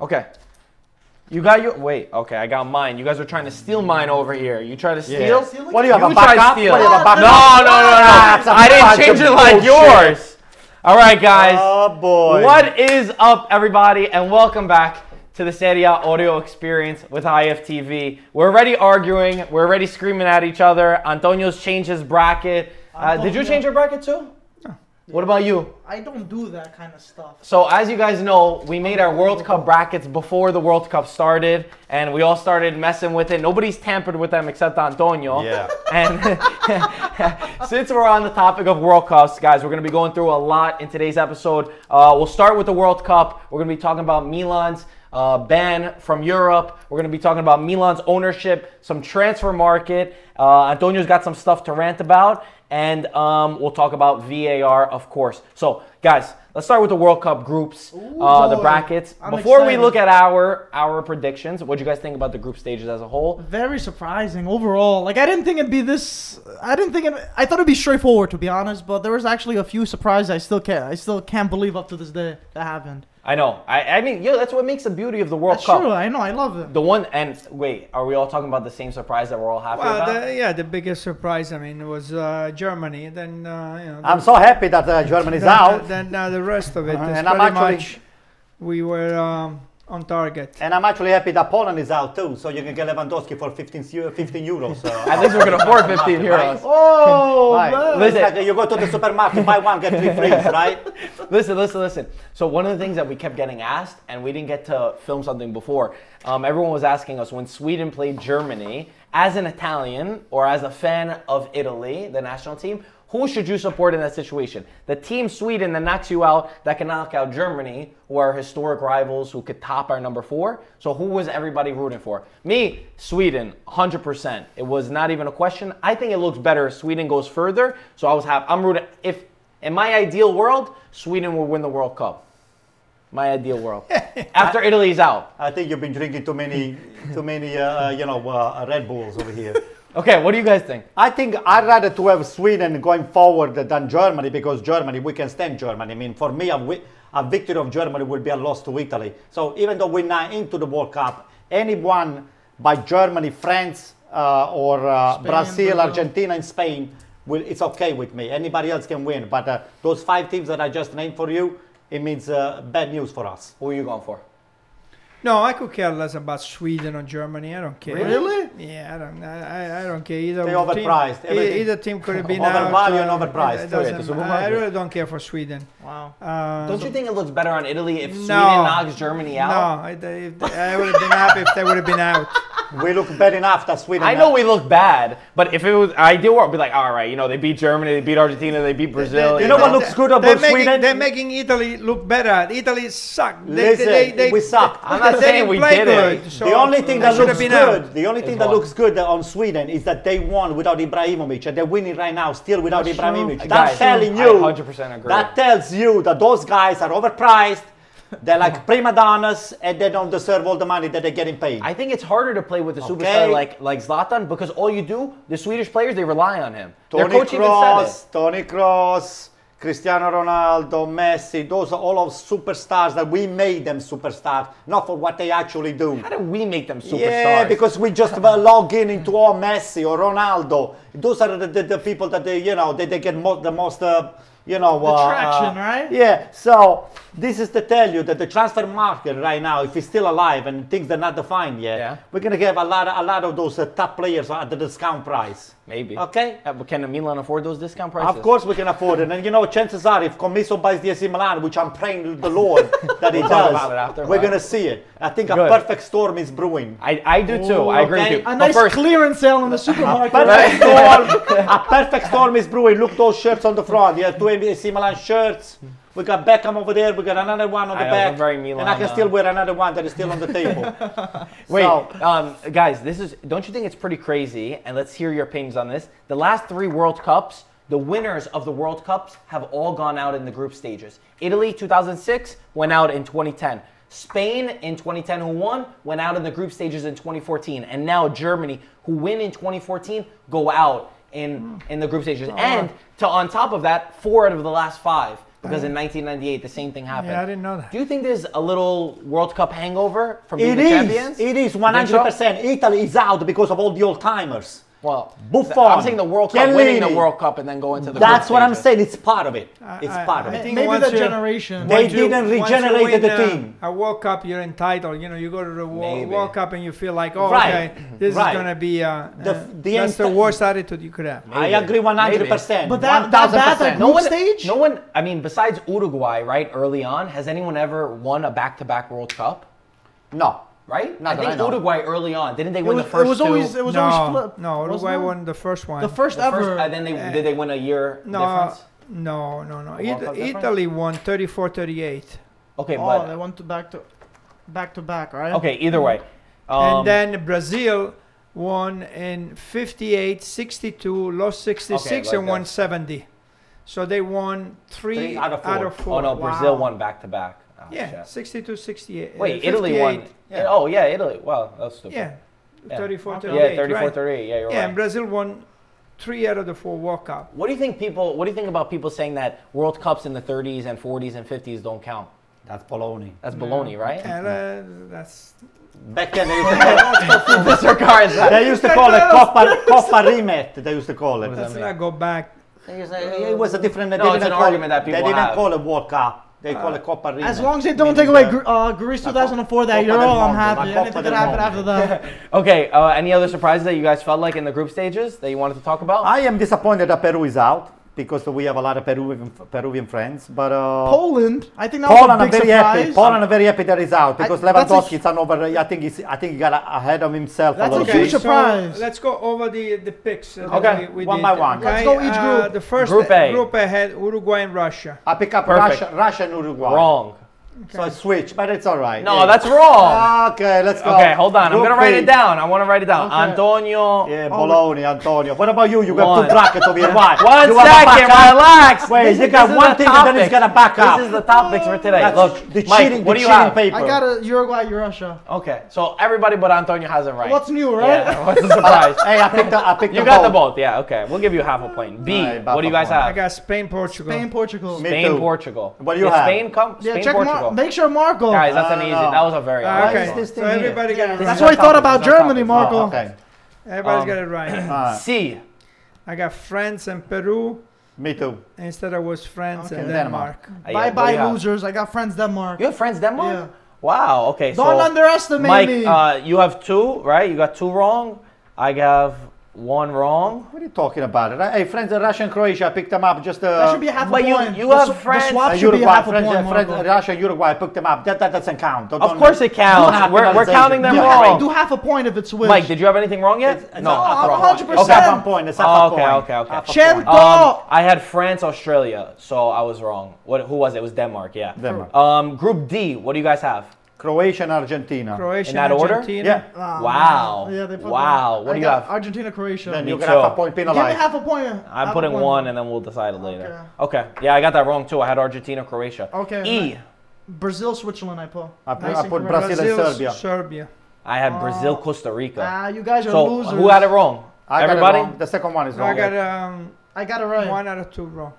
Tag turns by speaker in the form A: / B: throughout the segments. A: Okay. You got your wait. Okay, I got mine. You guys were trying to steal mine over here. You try to steal.
B: Steal
C: What do you have, a
A: tried
C: back up?
A: steal.
C: What do you have, a back
A: no, no, no, no.
C: That's a
A: I
C: bunch
A: didn't change
C: of
A: it like
C: bullshit.
A: yours. All right, guys.
B: Oh boy.
A: What is up, everybody, and welcome back to the Serie A audio experience with IFTV. We're already arguing. We're already screaming at each other. Antonio's changed his bracket. Uh, did you
B: Antonio.
A: change your bracket too? No. What about you?
D: I don't do that kind of stuff.
A: So as you guys know, we made our World Cup brackets before the World Cup started, and we all started messing with it. Nobody's tampered with them except Antonio.
B: Yeah.
A: And since we're on the topic of World Cups, guys, we're going to be going through a lot in today's episode. Uh, we'll start with the World Cup. We're going to be talking about Milan's uh, ban from Europe. We're going to be talking about Milan's ownership, some transfer market. Uh, Antonio's got some stuff to rant about. And um, we'll talk about VAR, of course. So, guys, let's start with the World Cup groups, uh, the
D: boy.
A: brackets.
D: I'm
A: Before we
D: excited.
A: look at our our predictions, what do you guys think about the group stages as a whole?
D: Very surprising overall. Like I didn't think it'd be this. I didn't think it. I thought it'd be straightforward to be honest. But there was actually a few surprises. I still can't. I still can't believe up to this day that happened.
A: I know. I, I mean, yo, that's what makes the beauty of the
E: Oh,
A: World
D: That's
A: Cup.
D: true. I know. I love it.
A: The one and wait, are we all talking about the same surprise that we're all happy
E: Well,
A: about?
E: the, yeah, the biggest surprise, I mean, was uh, Germany. Then, uh, you know,
C: I'm so happy that uh, Germany is
E: then,
C: out,
E: Then uh, the rest of it is
C: Uh-huh. and I'm
E: pretty
C: actually
E: much we were um, on target.
C: and I'm actually happy that Poland is out too, so you can get Lewandowski for 15, eu- 15 euros. So.
A: At least we're gonna afford 15 euros.
D: Oh,
C: Right.
A: Listen.
C: It's like you go to the supermarket, buy one, get three free, right?
A: Listen, listen, listen. So one of the things that we kept getting asked, and we didn't get to film something before, um, everyone was asking us when Sweden played Germany. As an Italian or as a fan of Italy, the national team, who should you support in that situation? The team Sweden that knocks you out, that can knock out Germany, who are historic rivals, who could top our number four. So who was everybody rooting for? Me, Sweden, 100%. It was not even a question. I think it looks better if Sweden goes further. So I was happy. I'm rooting. If in my ideal world, Sweden will win the World Cup. My ideal world. After Italy's out.
C: I think you've been drinking too many, too many, uh, you know, uh, Red Bulls over here.
A: Okay, what do you guys think?
C: I think I'd rather to have Sweden going forward than Germany because Germany, we can stand Germany. I mean, for me, a, wi- a victory of Germany will be a loss to Italy. So even though we're not into the World Cup, anyone by Germany, France, uh, or uh,
D: Spain,
C: Brazil,
D: Brazil.
C: Argentina, and Spain, will, it's okay with me. Anybody else can win. But uh, those five teams that I just named for you, it means uh, bad news for us.
A: Who are you going for?
E: No, I could care less about Sweden or Germany. I don't care.
D: Really?
E: Yeah, I don't. I, I- I don't care either.
C: They
E: team-
C: overpriced
E: e-
C: everything.
E: Either team could have been
C: Overvalued
E: out. uh,
C: and overpriced.
E: It
C: Sorry,
A: the
E: doesn't- I
A: supermarket.
E: really don't care for Sweden.
D: wow.
E: Uh,
A: Don't you think it looks better on Italy if Sweden
E: No.
A: knocks Germany
E: No,
A: out?
E: I, they- I would have been happy if they would have been out.
C: We look bad enough that Sweden.
A: I know we look bad, but if it was ideal world, I'd be like, all right, you know, they beat Germany, they beat Argentina, they beat Brazil.
C: You know what looks good about
E: they're making,
C: Sweden?
E: They're making Italy look better. Italy suck. They,
C: Listen,
E: they, they,
C: we suck.
E: they
A: I'm not
E: didn't
A: saying we
E: play
A: did it.
E: good, so
C: The only thing
E: they
C: that
E: should
C: looks
E: have
C: good,
E: been out.
C: the only thing
A: Is
C: that
A: what?
C: looks good uh, on Sweden is that they won without Ibrahimovic, and they're winning right now still without
E: That's
C: Ibrahimovic.
E: true.
A: Guys,
C: That's telling
A: I
C: you.
A: 100% agree.
C: That tells you that those guys are overpriced. They're like prima donnas, and they don't deserve all the money that they're getting paid.
A: I think it's harder to play with a
C: Okay.
A: superstar like like Zlatan because all you do, the Swedish players, they rely on him. Their
C: Tony
A: coach even said
C: Cross, Tony Cross, Cristiano Ronaldo, Messi. Those are all of superstars that we made them superstars, not for what they actually do.
A: it. How do we make them superstars?
C: Yeah, because we just uh, log in into all Messi or Ronaldo. Those are the, the, the people that they, you know, they, they get mo- the most, uh, you know, uh,
D: traction,
C: uh,
D: right?
C: Yeah. So this is to tell you that the transfer market right now, if it's still alive and things are not defined yet,
A: Yeah.
C: we're gonna have a lot, of, a lot of those uh, top players at the discount price.
A: maybe.
C: Okay.
A: Uh, but can Milan afford those discount prices?
C: Of course we can afford it, and you know, chances are, if Comiso buys the AC Milan, which I'm praying to the Lord that he
A: We'll talk
C: does,
A: about it after,
C: we're
A: right?
C: gonna see it. I think a
A: Good.
C: perfect storm is brewing.
A: I, I do too. I agree
C: okay.
A: with you.
D: A
A: But
D: nice
A: first,
D: clearance sale in the
C: A
D: supermarket.
C: perfect storm. a perfect storm is brewing. Look those shirts on the front. You have two AC Milan shirts. We got Beckham over there. We got another one on the
A: I know,
C: back.
A: they're very Milan,
C: and I can
A: uh,
C: still wear another one that is still on the table.
A: Wait,
C: So-
A: um, guys, this is. Don't you think it's pretty crazy? And let's hear your opinions on this. The last three World Cups, the winners of the World Cups have all gone out in the group stages. Italy, 2006, went out in 2010. Spain in 2010, who won, went out in the group stages in 2014. And now Germany, who win in 2014,
E: Hmm.
A: go out in in the group stages. And to on top of that, four out of the last five. because in 1998 the same thing happened.
E: Yeah, I didn't know that.
A: Do you think there's a little World Cup hangover from being
C: It
A: the
C: is.
A: champions?
C: It
A: think
C: is
A: so?
C: 100%. Italy is out because of all the old timers.
A: Well,
C: Buffon,
A: I'm saying the World Cup, winning the
C: Chiellini.
A: World Cup, and then go into the.
C: That's
A: group
C: what I'm
A: stages.
C: saying. It's part of it. It's
E: I-
C: part of
E: I
C: it.
E: think
D: Maybe
E: once
D: the
E: you-
D: generation.
C: They
E: once you-
C: didn't
E: once you
C: regenerate
E: win,
C: the
E: uh,
C: team.
E: A World Cup, you're entitled. You know, you go to the World,
A: Maybe.
E: World Cup and you feel like, oh,
C: Right,
E: okay, this
C: right.
E: is gonna be. Uh,
C: The-
E: uh,
C: the
E: that's the
C: enti-
E: worst attitude you could have.
C: I agree 100%.
D: But that- that bad, like,
C: 1000%.
A: No
D: Group
A: one,
D: stage?
A: no one. I mean, besides Uruguay, right? Early on, has anyone ever won a back-to-back World Cup?
C: No.
A: Right?
C: Not
A: I
C: that
A: think
C: I know.
A: Uruguay early on didn't they
D: It
A: win
D: was,
A: the first
D: it was always
A: two?
D: it was
E: no,
D: always flip.
E: no,
D: wasn't
E: Uruguay
D: it?
E: won the first one.
D: The first
A: The
D: ever.
A: first, and then they did they win a year
E: no,
A: difference?
E: no, no, no.
A: World Cup
E: It,
A: difference?
E: Italy won 34-38,
A: Okay,
D: oh, they
A: but
D: went to back to back to back, right?
A: okay. Either way, um,
E: and then Brazil won in 58-62, lost 66,
A: like
E: and won
A: that.
E: 70. So they won three,
C: Three out of four.
A: oh
E: four.
A: no, Brazil
E: Wow.
A: won back-to-back. Oh,
E: Yeah,
A: shit.
E: 62, 68. uh,
A: Wait, Italy won.
E: 58,
C: yeah.
A: Oh yeah, Italy. Wow, that's stupid.
E: Yeah,
A: Yeah.
E: 34,
D: Okay.
E: 38.
A: yeah, 34,
E: right?
A: 38. Yeah, you're
E: Yeah, and
A: right.
E: Brazil won three out of the four World Cup.
A: What do you think people? What do you think about people saying that World Cups in the 30s and 40s and 50s don't count?
C: That's baloney.
A: That's baloney, right?
E: And uh, that's
C: Back then they used to call,
A: Mr. Carr,
C: they used to call it Coppa, Coppa Rimet. They used to call it.
E: let's not go back.
C: It was a different. They
A: No, it's an
C: didn't call
A: argument
C: it,
A: that
C: They
A: people
C: didn't
A: have.
C: call it World Cup. They call it Coppa Rimet.
D: As long as they don't
C: Meaning
D: take away
C: the-
D: Gre- uh, Greece 2004
C: Copa
D: that
C: del
D: Euro, I'm
C: Mondo,
D: happy.
C: la Copa
D: Anything
C: del
D: that happened
C: Mondo.
D: after that.
A: Okay. Uh, any other surprises that you guys felt like in the group stages that you wanted to talk about?
C: I am disappointed that Peru is out because we have a lot of Peruvian Peruvian friends, but. Uh,
D: Poland, I think that
C: Poland,
D: was a
C: I'm
D: big
C: very
D: surprise.
C: happy. Poland, I'm very happy that he's out because
D: I- that's a
C: Lewandowski
D: hu-
C: is an over. I think he's, I think he got a- ahead of himself
D: That's
C: a
D: a
C: little
D: huge
C: bit.
D: surprise.
E: So let's go over the the picks. uh, that
A: Okay,
E: we, we
C: one
E: did,
C: by one.
E: okay?
D: Let's go each
E: Uh,
D: group.
E: the first
A: Group A.
E: Group A had Uruguay and Russia.
C: I pick up
A: Perfect.
C: Russia, Russia and Uruguay.
A: Wrong.
C: So I switch, but it's all right.
A: No,
C: Yeah.
A: that's wrong.
C: Okay, let's go.
A: Okay, hold on. I'm
C: Group
A: gonna write it
C: B.
A: down. I want to write it down.
D: Okay.
A: Antonio.
C: Yeah, Bologna, Antonio. What about you? You got
A: One.
C: two brackets over here. Why?
A: Oh, One
C: you wanna
A: second,
C: back up?
A: relax.
C: Wait,
A: This
C: you
A: is-
C: got
A: this is
C: one
A: the
C: thing and then it's
A: topic.
C: gonna back up.
A: This is the topics for today.
C: That's
A: Look,
C: the
A: Mike,
C: cheating,
A: what
C: the
A: do you
C: cheating
A: have?
C: paper.
D: I got a Uruguay, Russia.
A: Okay, so everybody but Antonio has it right.
D: What's new, right?
A: Yeah, what's a surprise?
C: Hey, I picked up. I picked
A: You
C: up
A: got the both, yeah. Okay, we'll give you half a point. B.
C: Alright,
A: what do you guys
C: half a
E: I
A: have?
E: got Spain, Portugal.
D: Spain, Portugal.
C: Me
A: Spain,
C: too.
A: Portugal.
C: What do you
A: Did
C: have?
A: Spain, come.
D: Yeah,
A: Spain,
D: check Mar-
A: Portugal.
D: make sure Marco.
A: guys, that's an
C: No,
A: easy.
C: no.
A: That was a very.
E: Uh,
A: obvious
E: okay,
A: one.
C: this
E: so
C: thing here?
E: everybody got it right.
D: That's what I thought
A: topics,
D: about
A: those are
D: Germany,
A: topics.
D: Marco.
C: Oh, okay.
E: Everybody's
A: Um,
E: got it right.
C: Uh,
A: C.
E: I got France and Peru.
C: me too.
E: Instead, I was France
D: Okay.
E: and
C: Denmark.
E: Denmark.
A: Uh, yeah,
D: Bye
A: what do you
D: bye,
A: have?
D: losers. I got friends Denmark.
A: You have friends Denmark.
D: Yeah.
A: Wow. Okay.
D: Don't
A: so
D: underestimate
A: Mike,
D: me.
A: uh, you have two, right? You got two wrong. I have one wrong.
C: What are you talking about? Right? Hey, friends, Russia and Croatia. I picked them up. Just uh,
D: that should be half
A: but
D: a
A: you-
D: point.
A: you
D: The
A: have
D: sw- the
A: friends-
D: swap
C: Uh,
D: should be
C: Uruguay,
D: half a
C: friends,
D: point,
C: uh, friends,
D: Marco.
C: Russia, and Uruguay I picked them up. That, that doesn't count. Don't-
A: Of
C: don't-
A: counts it counts.
C: happen
A: We're,
C: at
A: we're
C: the
A: counting
C: same
A: them
D: Do
C: time.
A: wrong.
D: do half a point if it's wins.
A: Mike, did you have anything wrong yet?
C: It's-
A: no,
C: no,
A: half a wrong.
D: 100%.
C: It's half a point. It's half
A: Oh,
C: a
A: okay,
C: point.
A: okay, okay.
C: Half a
D: Cento!
C: point.
A: Um, I had France, Australia, so I was wrong. What? Who was it? It was Denmark. Yeah.
C: Denmark.
A: Um, Group D. What do you guys have?
C: Croatia and Argentina.
E: Croatia,
A: In that order?
E: Argentina.
C: Yeah.
D: Ah,
A: Wow.
D: man. Yeah, they put
A: Wow.
D: them-
A: What
D: I
A: do you
D: got
A: have?
D: Argentina, Croatia.
C: Then
A: Me
C: you're gonna have
A: too.
C: a point
D: Give me
C: penalized.
D: half a point. half
A: I'm
D: a
A: putting
D: point.
A: one, and then we'll decide it later. Okay. Yeah, I got that wrong too. I had Argentina, Croatia.
D: Okay,
A: E.
D: Brazil, Switzerland. I put.
C: I put-
D: Nice
C: I
D: and
C: put
D: correct.
C: Brazil and Serbia.
E: Serbia.
A: I had Brazil,
D: Oh.
A: Costa Rica.
D: Ah, you guys are
A: So
D: losers.
A: who had it wrong?
C: I got it
A: Everybody.
C: wrong. The second one is
E: So I
C: wrong.
E: got um,
D: I got it right.
E: one out of two wrong.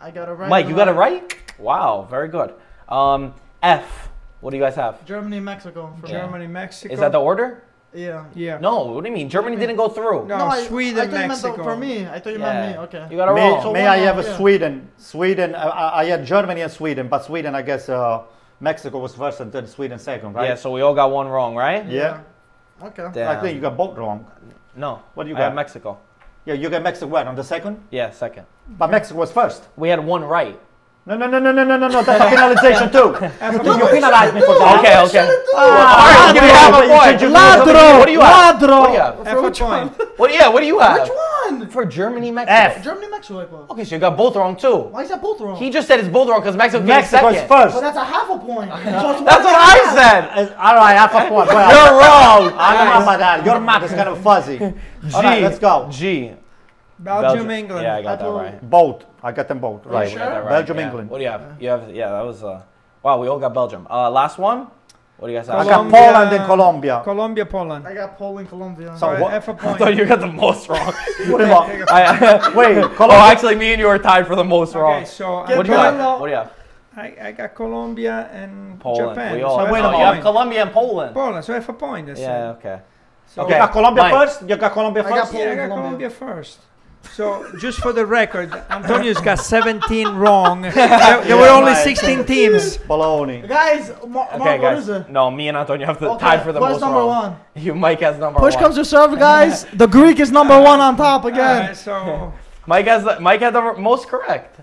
D: I got it right.
A: Mike, you got it right. Wow, very good. Um, F. What do you guys have?
D: Germany, Mexico. For
A: Yeah.
D: yeah.
E: Germany, Mexico.
A: Is that the order?
D: yeah.
E: yeah?
A: No. What do you mean? Germany didn't go through.
E: No,
D: I,
E: Sweden,
D: I thought you meant the-
E: Mexico.
D: for me, I thought you meant me. Okay.
A: You got it
C: may
A: wrong.
D: So
C: may
D: one
C: I
D: more,
C: have a
D: yeah.
C: Sweden? Sweden. Uh, I I had Germany and Sweden, but Sweden, I guess uh, Mexico was first and then Sweden second, right?
A: Yeah. So we all got one wrong, right?
C: Yeah.
D: Okay.
A: Damn.
C: I think you got both wrong.
A: No.
C: What do you
A: I had
C: got?
A: Mexico.
C: Yeah, you got Mexico what, on the second?
A: Yeah, second.
C: But Mexico was first.
A: We had one right.
C: No, no, no, no, no, no, no, no. That's a penalization too.
E: Alphabet.
C: you penalized me for that.
A: Okay, okay.
C: Ah,
A: Alright, give me half a
C: but you
A: point.
C: should- you-
A: Ladro! What do you have? What do you
D: Ladro.
A: have?
E: F a
D: which
E: point.
A: What? Yeah. What do you have?
D: Which one?
A: For Germany, Mexico.
C: F.
D: Germany, Mexico. I put.
A: Okay, so you got both wrong too.
D: Why is that both wrong?
A: He just said it's both wrong because Mexico came
C: Mexico
A: second.
C: is first.
D: But that's a half a point. So it's
A: That's
D: one
A: what
D: and a
A: I
D: half.
A: said.
C: Uh, all right, half a point. Well,
A: You're wrong.
C: I don't know about that. Your math is kind of fuzzy. All right, let's go.
A: G.
E: Belgium, England.
A: Yeah, I got that
D: Apple.
A: right.
C: Both. I got them both. Right.
A: We got that right,
C: Belgium,
A: yeah.
C: England.
A: What do you have? You have yeah. That was uh. Wow, we all got Belgium. Uh, last one. What do you guys
C: I
A: have?
E: Colom-
C: got Poland and Colombia.
E: Colombia, Poland.
D: I got Poland, Colombia.
C: So-
E: All right,
C: what-
E: half a
A: I thought
E: point.
A: you got the most wrong.
C: What about-
A: I,
C: Wait,
A: oh,
C: Colombia.
A: actually, me and you are tied for the most wrong.
E: Okay, so I
A: What do you
E: got-
A: have? What do you have?
E: I, I got Colombia and
A: Poland.
E: Japan.
A: We all
E: so
A: have-
E: half
C: wait
E: a
C: a
A: oh, you
C: minute.
A: have
E: point.
A: Colombia and Poland.
E: Poland, so half a point. that's
A: Yeah.
E: it.
A: Okay.
E: So
C: You
A: Okay.
C: got Colombia
A: Mine.
C: first. You got Colombia
D: I got
C: first.
D: Poland.
E: Yeah, I got
D: Colombia.
E: Colombia first. So just for the record, Antonio's got 17 wrong. There, there were
C: Yeah,
E: only
C: right.
E: 16 teams.
C: Bologna.
D: Guys, Mar-
A: Okay,
D: Mark, what is
A: guys.
D: it?
A: No, me and Antonio have the
D: Okay,
A: tied for the
D: what is
A: most
D: number
A: wrong.
D: one?
A: You, Mike has number
D: Push
A: one.
D: comes to shove, guys. The Greek is number one on top
E: Alright,
D: again.
E: so
A: Mike has the, Mike had the most correct.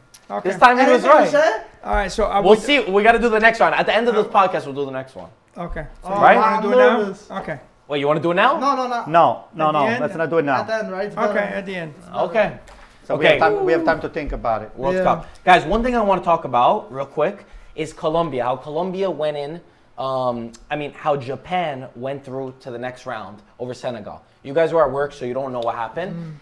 E: okay.
A: This time he was
D: Anything to
A: right.
D: say?
E: All right, so I
A: We'll
E: would.
A: see. We got to do the next one. At the end of this podcast, we'll do the next one.
E: Okay. So
D: Oh,
A: Right?
E: You
D: I'm
E: wanna do it now?
D: nervous.
E: Okay.
A: Wait, you want to do it now?
D: No, no, no.
C: No, no,
E: At the
C: no.
E: end?
C: Let's not do it
D: At
C: now.
D: the end, right? It's
E: Okay.
D: better.
E: At the end.
A: Okay.
C: So we,
A: Okay.
C: have time, we have time to think about it.
A: World
D: Yeah.
A: Cup. Guys, one thing I want to talk about real quick is Colombia. How Colombia went in. Um, I mean, how Japan went through to the next round over Senegal. You guys were at work, so you don't know what happened.
D: Mm.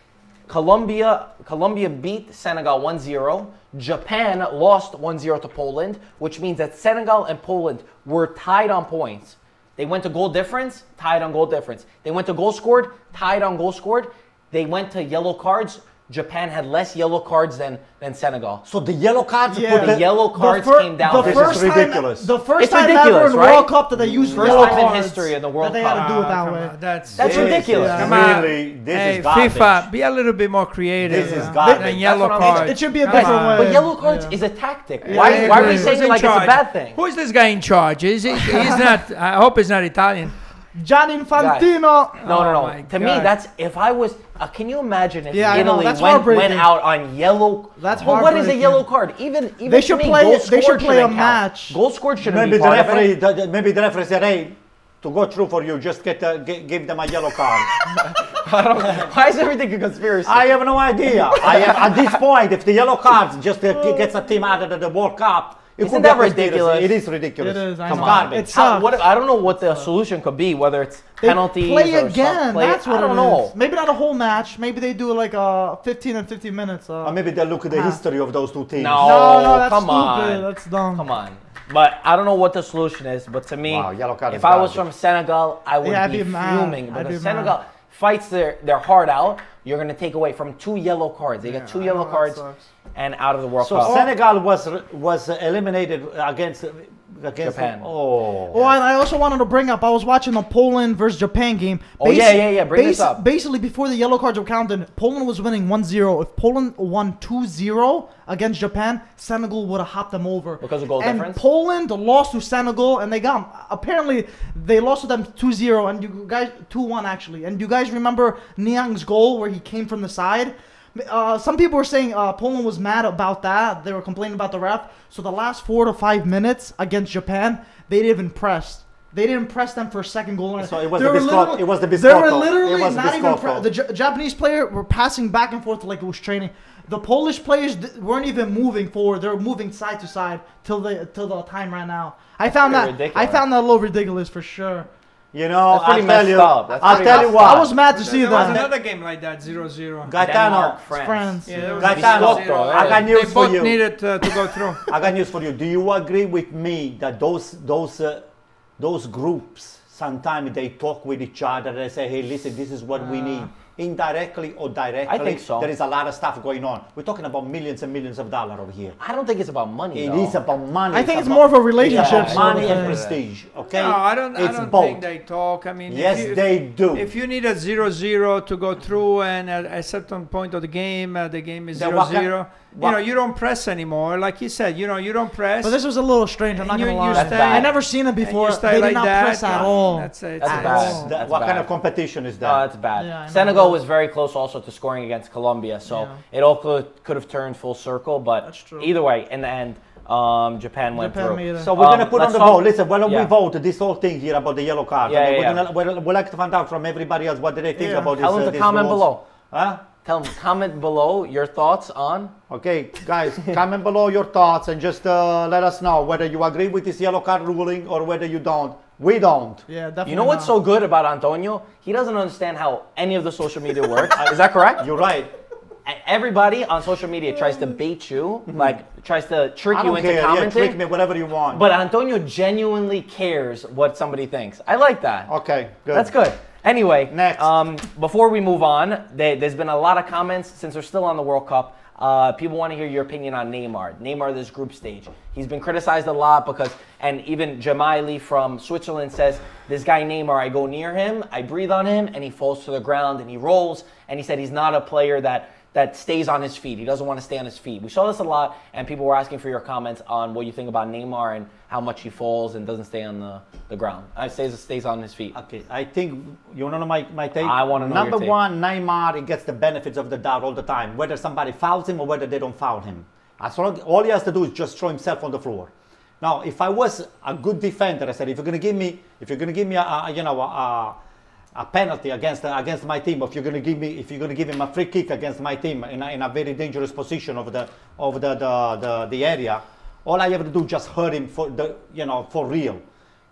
A: Colombia, Colombia beat Senegal 1-0. Japan lost 1-0 to Poland, which means that Senegal and Poland were tied on points. They went to goal difference, tied on goal difference. They went to goal scored, tied on goal scored. They went to yellow cards. Japan had less yellow cards than, than Senegal.
C: So the yellow cards
D: Yeah.
C: put
A: The
C: the
A: yellow cards
D: fir-
A: came down.
D: The
A: This is
D: first
C: ridiculous.
D: Time, the first
A: It's
D: time
A: ridiculous,
D: ever in
A: right?
D: World Cup that they used
A: First
D: yellow
A: time in
D: cards
A: history of the World
D: that they had
A: Cup.
D: to do it
E: Ah,
D: that
E: come
D: way.
E: on, That's.
A: That's
C: This is
A: ridiculous.
D: Yeah.
E: Come on.
C: Really, this
E: hey,
C: is garbage.
E: FIFA, be a little bit more creative
C: This is
E: than
C: garbage. That's
E: yellow
A: what I'm saying.
E: card.
D: It should be a
E: Come
D: different
E: on.
D: way.
A: But yellow cards
D: Yeah.
A: is a tactic.
E: Uh, Yeah,
A: Why,
E: I
A: why are
E: agree.
A: we saying
E: Who's
A: it
E: in
A: like it's a
E: charge?
A: bad thing?
E: Who is this guy in charge? Is he? He's not. I hope he's not Italian.
D: John Infantino.
A: No,
E: Oh
A: no,
E: my
A: no. To me,
E: God.
A: that's if I was. Uh, can you imagine if
D: Yeah, I know,
A: Italy
D: that's
A: went, went
D: heartbreaking.
A: out on yellow?
D: That's
A: well, what is a
D: heartbreaking.
A: yellow card? Even even
D: They
A: to
D: should
A: me,
D: play-
A: goal
D: they should
A: scored
D: play
A: shouldn't count.
D: a match.
A: Goal scored shouldn't
C: Maybe
A: be
C: the
A: part of it.
C: referee, the- the- maybe the referee said, "Hey, to go through for you, just get a, gi- give them a yellow card."
A: I don't know. Why is everything a conspiracy?
C: I have no idea. I have, at this point, if the yellow card just uh, g- gets a team out of the World Cup, it
A: Isn't
C: could
A: that
C: be a conspiracy.
A: ridiculous?
C: It is ridiculous.
D: It is, I
C: Some
D: know.
C: garbage.
D: It's-
A: How-
D: sucks.
A: what- I don't know what the solution could be. Whether it's
D: They
A: penalties
D: play
A: or
D: again.
A: Stuff, play,
D: That's what
A: I
D: it
A: don't
D: is.
A: know.
D: Maybe not a whole match. Maybe they do like uh 15 and 15 minutes. Uh,
C: Or maybe they look at the
D: Huh.
C: history of those two teams.
A: No.
D: no, no, that's
A: come
D: stupid.
A: on.
D: That's dumb.
A: Come on. But I don't know what the solution is. But to me,
C: Wow, yellow card
A: if
C: is
A: I was from
C: garbage.
A: Senegal, I would
D: Yeah, I'd
A: be,
D: be mad.
A: fuming
D: I'd
A: because
D: be
A: Senegal
D: mad.
A: fights their, their heart out. You're gonna take away from two yellow cards. They got two
D: I
A: yellow
D: know
A: cards
D: that sucks.
A: and out of the World
C: So
A: Cup.
C: Senegal was re- was eliminated against against
A: Japan.
C: Oh,
D: Oh, and I also wanted to bring up. I was watching the Poland versus Japan game.
A: Oh, yeah, yeah, yeah, bring this up.
D: Basically, before the yellow cards were counted, Poland was winning 1-0. If Poland won 2-0 against Japan, Senegal would have hopped them over.
A: Because of goal
D: and
A: difference?
D: Poland lost to Senegal, and they got apparently they lost to them 2-0 and you guys 2-1 actually. And you guys remember Niang's goal where he came from the side? Uh, some people were saying uh, Poland was mad about that. They were complaining about the ref. So the last four to five minutes against Japan, they didn't even press. They didn't press them for a second goal.
C: So it was
D: They
C: the
D: were
C: Biscotto-
D: literally-
C: it was the
D: They were
C: Biscotto. It
D: literally
C: was the
D: not even.
C: Biscotto.
D: Pre- the J- Japanese player were passing back and forth like it was training. The Polish players d- weren't even moving forward. They were moving side to side till the till the time ran out. I found
A: Pretty
D: that I
A: ridiculous.
D: found that a little ridiculous for sure.
C: you know,
A: That's pretty
C: I'll tell
A: messed
C: you,
A: up. That's
C: I'll
A: pretty
C: tell
A: messed
C: you
A: up.
C: what.
D: I was mad to see
E: There was
D: that.
E: another game like that, 0-0.
C: Gaetano,
A: Denmark, France.
D: France.
E: Yeah, there was
C: Gaetano,
E: 0-0.
C: I got news
E: they
C: for
E: both
C: you.
E: needed uh, to go through.
C: I got news for you. Do you agree with me that those those uh, those groups sometimes they talk with each other? They say, "Hey, listen, this is what we need." Indirectly or directly,
A: Uh. I think so.
C: there is a lot of stuff going on. We're talking about millions and millions of dollars over here.
A: I don't think it's about money.
C: It
A: though.
C: is about money.
D: I think it's
C: about-
D: more of a relationship
C: it's about
A: sort of
C: money
A: thing.
C: and prestige. Okay,
E: No, I don't.
C: It's
E: I don't
C: both.
E: think they talk. I mean, if
C: yes,
E: you- if-
C: they do.
E: If you need a 0-0 to go through and at a certain point of the game, uh, the game is
C: Then
E: 0-0,
C: what can-
E: you
C: what-
E: know, you don't press anymore. Like you said, you know, you don't press.
D: But this was a little strange. I'm not
E: You-
D: gonna
E: you
D: lie.
A: stay-
D: I never seen it
E: and you
D: before.
E: stay
D: They did
E: like
D: not
E: that.
D: press at
E: No,
D: all.
E: That's it.
A: That's
D: At
A: bad.
D: all.
C: That-
A: That's
C: what
A: bad.
C: kind of competition is that?
A: No, it's Oh, bad.
D: Yeah, I know.
A: Senegal was very close also to scoring against Colombia, so
D: Yeah.
A: it all could, could have turned full circle. But
D: That's true.
A: either way, in the end, um, Japan went
D: Japan
A: through.
D: made it.
C: so we're
A: Um,
C: gonna put on
A: let's
C: the
A: talk-
C: vote. Listen, when
A: Yeah.
C: we vote this whole thing here about the yellow card,
A: Yeah,
C: we're
A: yeah,
C: gonna we'll, we'll like to find out from everybody else what do they think
D: Yeah.
C: about this.
A: Tell them
C: uh,
A: to
C: these
A: comment
C: rules.
A: below.
C: Huh?
A: Tell them comment below your thoughts on.
C: Okay, guys, comment below your thoughts and just uh, let us know whether you agree with this yellow card ruling or whether you don't. We don't.
D: Yeah, definitely.
A: You know what's
D: not.
A: so good about Antonio? He doesn't understand how any of the social media works. Is that correct?
C: You're right.
A: and everybody on social media tries to bait you, like tries to trick
C: Mm-hmm. I
A: you
C: don't
A: into
C: care. Yeah,
A: commenting.
C: trick me, whatever you want.
A: But Antonio genuinely cares what somebody thinks. I like that.
C: okay, good.
A: That's good. Anyway,
C: Next.
A: Um, before we move on, there, there's been a lot of comments since we're still on the World Cup. Uh, people want to hear your opinion on Neymar. Neymar, this group stage, he's been criticized a lot because, and even Jamali from Switzerland says, this guy Neymar, I go near him, I breathe on him, and he falls to the ground and he rolls. And he said he's not a player that that stays on his feet. He doesn't want to stay on his feet. We saw this a lot, and people were asking for your comments on what you think about Neymar and how much he falls and doesn't stay on the, the ground. Uh, stays stays on his feet.
C: Okay, I think you want to know my, my take.
A: I wanna know your
C: Number
A: take.
C: one, Neymar he gets the benefits of the doubt all the time, whether somebody fouls him or whether they don't foul him. As long all he has to do is just throw himself on the floor. Now, if I was a good defender, I said, if you're gonna give me, if you're gonna give me a, a you know a, a penalty against against my team, if you're gonna give me, if you're gonna give him a free kick against my team in a, in a very dangerous position of the of the the, the, the area, all I have to do is just hurt him for the you know for real.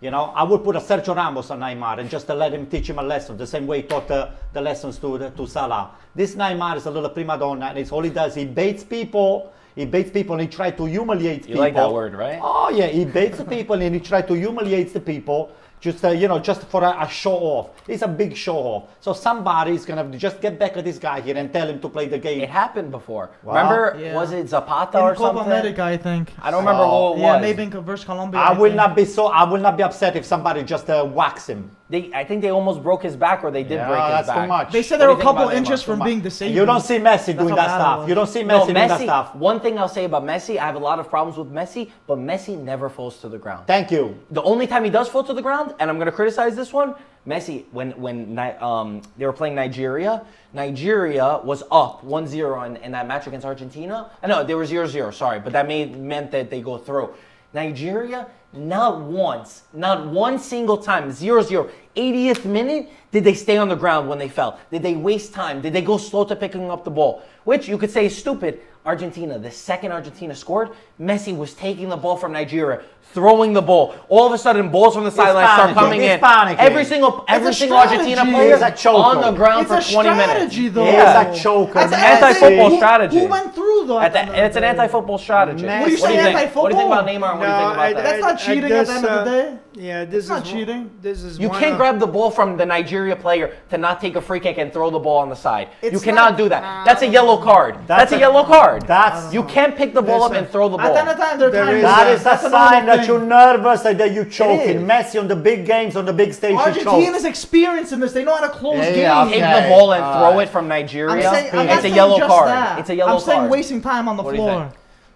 C: You know, I would put a Sergio Ramos on Neymar and just to let him teach him a lesson, the same way he taught uh, the lessons to to Salah. This Neymar is a little prima donna, and it's all he does. He baits people. He baits people and he tries to humiliate
A: You
C: people.
A: like that word, right?
C: Oh yeah, he baits the people and he tries to humiliate the people. Just uh, you know, just for a, a show off. It's a big show off. So somebody is gonna have to just get back at this guy here and tell him to play the game.
A: It happened before.
C: Wow.
A: Remember,
D: Yeah.
A: was it Zapata
D: In
A: or
D: Copa
A: something?
D: America, I think.
A: I don't remember
C: Oh.
A: who it
D: yeah,
A: was.
D: maybe in co- versus Colombia.
C: I will
D: think.
C: not be so. I will not be upset if somebody just uh, whacks him.
A: They, I think they almost broke his back, or they did
C: Yeah,
A: break his
C: that's
A: back.
C: too much.
D: They said
A: What
D: they
A: do
D: were
A: you
D: a
A: think
D: couple
A: about Neymar?
D: inches from
A: Come
D: being disabled.
C: You don't see Messi doing
D: how
C: that
D: bad it
C: stuff.
D: was.
C: You don't see
A: No,
C: Messi, doing that
A: Messi.
C: stuff.
A: One thing I'll say about Messi, I have a lot of problems with Messi, but Messi never falls to the ground.
C: Thank you.
A: the only time he does fall to the ground, and I'm going to criticize this one, Messi, when when Ni- um, they were playing Nigeria, Nigeria was up 1-0 in, in that match against Argentina. I know they were 0-0, sorry, but that made, meant that they go through. Nigeria, not once, not one single time, 0-0, 80th minute, did they stay on the ground when they fell? Did they waste time? Did they go slow to picking up the ball? Which you could say is stupid. Argentina, the second Argentina scored, Messi was taking the ball from Nigeria, throwing the ball. All of a sudden, balls from the sideline start
C: panicking.
A: coming in.
C: He's panicking.
A: Every single every
D: It's a
A: single Argentina
D: strategy.
A: player
D: It's a
C: choker.
A: on the ground
D: It's a
A: for 20 minutes.
D: strategy, though.
C: Yeah, it's a choker.
D: That's an
C: Messi.
A: Anti-football
D: who-
A: strategy.
D: Who went through though?
A: At the- it's an anti-football strategy.
C: Messi.
A: What do you,
D: What do you say,
A: think? What do you think about Neymar?
E: Uh,
D: anti-football?
A: and What do you think about that?
D: That's not cheating at the end of the day.
E: Yeah, this
D: It's not
E: is
D: cheating.
E: This is
A: You
E: one
A: can't
E: of-
A: grab the ball from the Nigeria player to not take a free kick and throw the ball on the side. you
D: It's
A: cannot
D: not-
A: do that. That's a yellow card. That's,
C: That's
A: a,
C: a-
A: yellow card.
C: that's-
A: you can't pick the ball up and throw the
D: At
A: ball.
D: the end of time, they're
E: There
D: trying.
E: is
C: That
E: Yeah,
C: is a sign that you're nervous and that you're choking.
A: is.
C: Messi on the big games, on the big stage, he
D: Argentina
C: chokes.
D: is experienced in this. They know how to close
C: Yeah,
D: games.
C: yeah,
A: Take
C: Okay,
A: the ball and
C: all
A: throw
C: right.
A: it from
D: I'm
A: Nigeria.
D: saying, I'm not
A: it's a
D: saying
A: yellow
D: just
A: card.
D: That.
A: It's a yellow
D: I'm
A: card.
D: saying wasting time on the
A: What do you
D: floor.
A: think?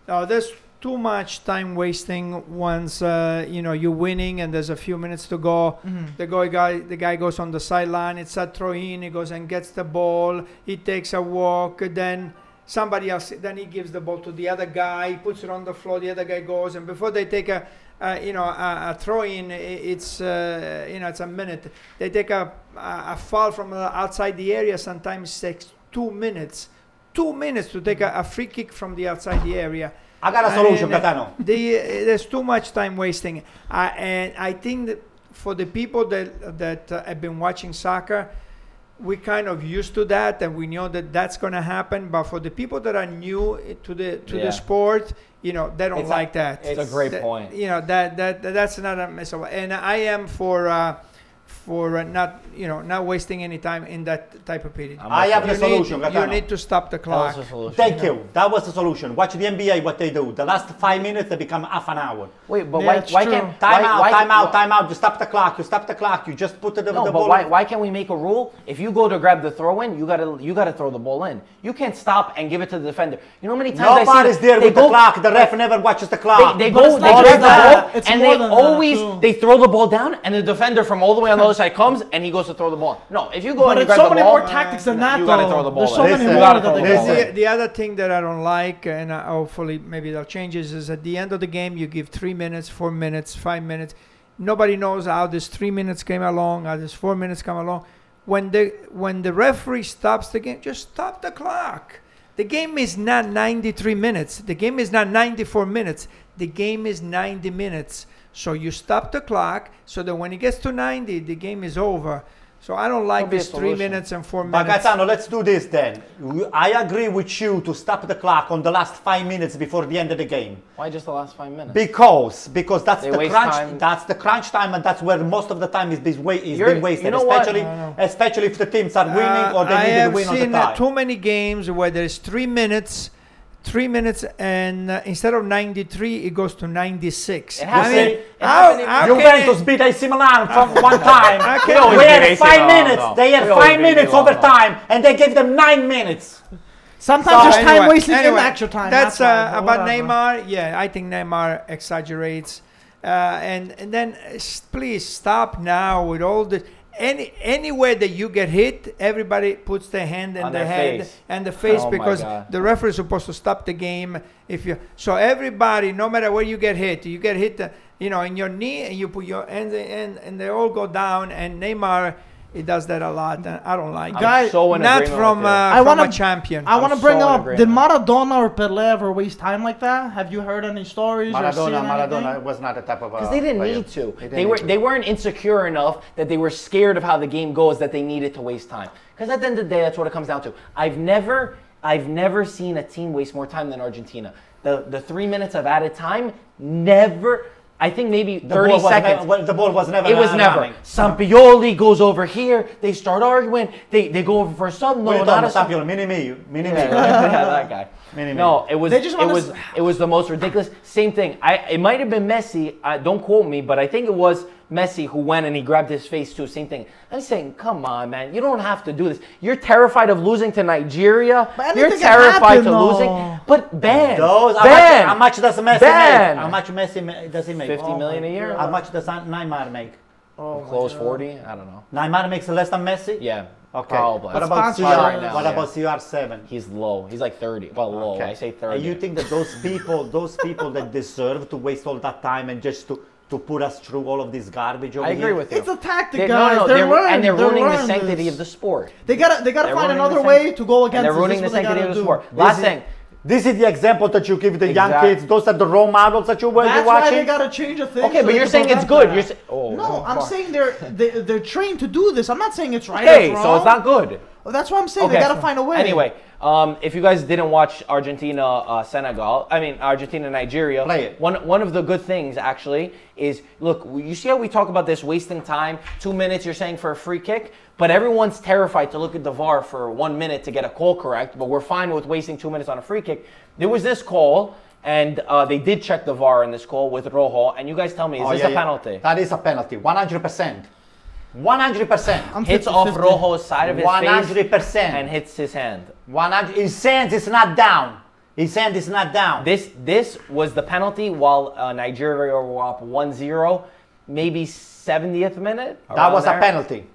E: No, Uh, there's too much time wasting once uh, you know you're winning and there's a few minutes to go. The guy, guy, the guy goes on the sideline. It's a throw in. He goes and gets the ball. He takes a walk. Then somebody else. Then he gives the ball to the other guy. He puts it on the floor. The other guy goes and before they take a, uh, you know, a, a throw in, it's uh, you know it's a minute. They take a a, a foul from uh, outside the area. Sometimes takes two minutes. Two minutes to take a, a free kick from the outside the area.
C: I got a solution, Catano.
E: The, eh, there's too much time wasting, I and I think that for the people that that uh, have been watching soccer, we kind of used to that, and we know that that's going to happen. But for the people that are new eh, to the to
A: Yeah.
E: the sport, you know, they don't
A: It's a-
E: like that.
A: it's a great
E: That-
A: point.
E: You know that that, that that's not a mess. Of, and I am for. Uh, for uh, not you know not wasting any time in that type of period.
A: I'm
C: I have
E: you,
C: the solution,
E: need, you
C: Gaetano.
E: need to stop the
A: That was
E: clock.
A: the solution.
C: Thank you. That was the solution. Watch the NBA, what they do. The last five minutes, they become half an hour.
A: Wait, but
D: Yeah,
A: why,
D: it's
A: why
D: true.
A: can't
C: Time
A: why,
C: out,
A: why,
C: time out,
A: why-
C: time out. You stop the clock, you stop the clock, you just put the, the
A: No,
C: the
A: but
C: ball.
A: why, why can't we make a rule? If you go to grab the throw in, you gotta you gotta throw the ball in. You can't stop and give it to the defender. You know how many times I
C: Nobody's
A: see
C: there
A: they
C: with
A: go,
C: the clock. The ref never watches the
A: They,
C: clock.
A: they
D: But
A: go,
D: it's
A: they grab
D: not just that.
A: the ball,
D: It's
A: and
D: more
A: they
D: than that,
A: always
D: too.
A: they throw the ball down, and the defender from all the way on the other side comes, and he goes to throw the ball. No, if you go
D: But
A: and you
D: it's
A: grab
D: so
A: the
D: many
A: ball,
D: more tactics than
A: you
D: that,
A: gotta
D: though.
A: throw the ball
D: There's so
A: in.
D: many
C: Listen,
D: more that
A: listen,
D: they can
C: listen.
D: do.
E: The, the other thing that I don't like, and uh, hopefully maybe that changes, is at the end of the game you give three minutes, four minutes, five minutes. Nobody knows how this three minutes came along, how this four minutes come along. When the when the referee stops the game, just stop the clock. The game is not 93 minutes. The game is not 94 minutes. The game is 90 minutes. So you stop the clock so that when it gets to 90, the game is over. So I don't like
A: Could be a
E: this three
A: solution.
E: minutes and four
C: But
E: minutes.
C: Gaetano, let's do this then. You- I agree with you to stop the clock on the last five minutes before the end of the game.
A: Why just the last five minutes?
C: Because because that's
A: They
C: the
A: waste
C: crunch
A: time.
C: that's the crunch time and that's where most of the time is this way is
A: You're-
C: being wasted.
A: you know what?
C: especially
A: No,
C: especially if the teams are winning or they
E: Uh, I
C: need to
E: have
C: win on the
E: seen uh,
C: tie.
E: too many games where there's three minutes, three minutes, and uh, instead of 93, it goes to 96.
A: It
E: I
A: happened-
E: mean,
A: it
E: how,
A: happened in-
E: how can
C: Juventus
E: it,
C: beat AC Milan from one time.
E: I
C: we
E: can- always
A: beat
C: had
A: AC
C: five
A: Milan,
C: minutes.
A: no.
C: They had
A: We always
C: five
A: beat
C: minutes
A: Milan, no.
C: overtime and they gave them nine minutes.
D: Sometimes
E: So
D: there's time
E: anyway-
D: wasting in
E: anyway,
D: extra time.
E: That's,
D: why,
E: uh,
D: but
E: about
D: whatever.
E: Neymar. Yeah, I think Neymar exaggerates, uh, and and then uh, s- please stop now with all the any anywhere that you get hit, everybody puts their hand in
A: On
E: their,
A: their
E: head
A: face.
E: and the face
A: Oh my
E: because
A: God.
E: the referee is supposed to stop the game. If you so everybody, no matter where you get hit, you get hit, uh, you know, in your knee, and you put your hand and and they all go down. And Neymar, he does that a lot, and I don't like. it.
D: Guy-
A: I'm so in
E: Not
A: agreement
E: from
A: with you.
E: uh,
D: I
E: from
D: wanna-
E: a champion.
D: I
A: I'm
D: want to
A: so
D: bring
A: in
D: up did
A: agreement.
D: Maradona or Pele ever waste time like that? Have you heard any stories? or seen
B: Maradona,
D: anything?
B: Maradona was not the type of.
A: Because they didn't need to. Uh, They, were they weren't insecure enough that they were scared of how the game goes that they needed to waste time. Because at the end of the day, that's what it comes down to. I've never I've never seen a team waste more time than Argentina. The the three minutes of added time never. I think maybe
C: The
A: thirty
C: ball was
A: seconds.
C: never- well, the ball was never.
A: It was never.
C: running.
A: Sampioli goes over here. They start arguing. They they go over for some.
C: What are
A: No,
C: you talking
A: not a
C: about?
A: sub-
C: Tapio, Mini me, mini
A: yeah,
C: me.
A: yeah, that guy.
C: Mini
A: No, it was
D: They just
A: it
D: wanna
A: was
D: s-
A: it was the most ridiculous. Same thing. I it might have been Messi. Uh, don't quote me, but I think it was Messi who went and he grabbed his face too. Same thing. I'm saying, come on, man, you don't have to do this. You're terrified of losing to Nigeria.
D: But anything
A: You're
D: can
A: terrified
D: happen,
A: to
D: though.
A: losing. But ban,
C: Those, how, much,
A: ban.
C: how much does Messi
A: Ban.
C: make? How much Messi ma- does he make?
A: 50
C: Fifty million
A: million a year?
C: How much does Neymar make?
D: Oh my
A: Close
D: God.
A: 40. I don't know.
C: Neymar makes less than Messi.
A: Yeah.
C: Okay.
A: Probably.
C: What about CR?
D: Sponsorship right
A: now,
C: what
A: yeah.
C: about CR7?
A: He's low. He's like 30. Well, low.
B: Okay.
A: I say 30.
C: And you think that those people, those people that deserve to waste all that time and just to, to put us through all of this garbage over
A: I agree
C: here?
A: with you.
D: It's a tactic,
A: They-
D: guys.
A: no, no,
D: they're,
A: they're,
D: learned.
A: and they're, ruining the
D: learned
A: sanctity
D: this.
A: of the sport.
D: They gotta, they gotta
A: They're
D: find
A: ruining
D: another
A: the
D: way
A: sanct-
D: to go
A: And
D: against.
A: they're
D: this.
A: ruining
D: This
A: the
D: is what they
A: sanctity of
D: gotta
A: the
D: do.
A: sport. Last
C: This is-
A: thing.
C: This is the example that you give the young
A: Exactly.
C: kids. Those are the role models that you were
D: That's why
C: watching.
D: they gotta change the thing.
A: Okay,
D: so
A: but
D: they
A: you're
D: can
A: saying it's
D: prevent
A: good.
D: that.
A: You're saying, oh,
D: no, I'm
A: far.
D: saying they're they, they're trained to do this. I'm not saying it's right.
A: Okay,
D: or
A: so it's not
D: wrong.
A: good.
D: That's what I'm saying.
A: Okay,
D: Oh, They gotta
A: so-
D: find a way.
A: Anyway, um, if you guys didn't watch Argentina, uh, Senegal, I mean Argentina, Nigeria,
C: Play it.
A: one one of the good things actually is look, you see how we talk about this wasting time, two minutes you're saying for a free kick, but everyone's terrified to look at the VAR for one minute to get a call correct, but we're fine with wasting two minutes on a free kick. There was this call. And uh, they did check the VAR in this call with Rojo, and you guys tell me, is
C: Oh,
A: this
C: yeah,
A: a
C: yeah.
A: penalty?
C: That is a penalty. 100%. 100%.
D: I'm
A: Hits
D: 50-50.
A: off Rojo's side of his face
C: 100%.
A: and hits his hand.
C: 100. His hands is not down. His hand is not down.
A: This this was the penalty while uh, Nigeria were up 1-0, maybe 70th minute.
C: that
A: around
C: was
A: there.
C: a penalty.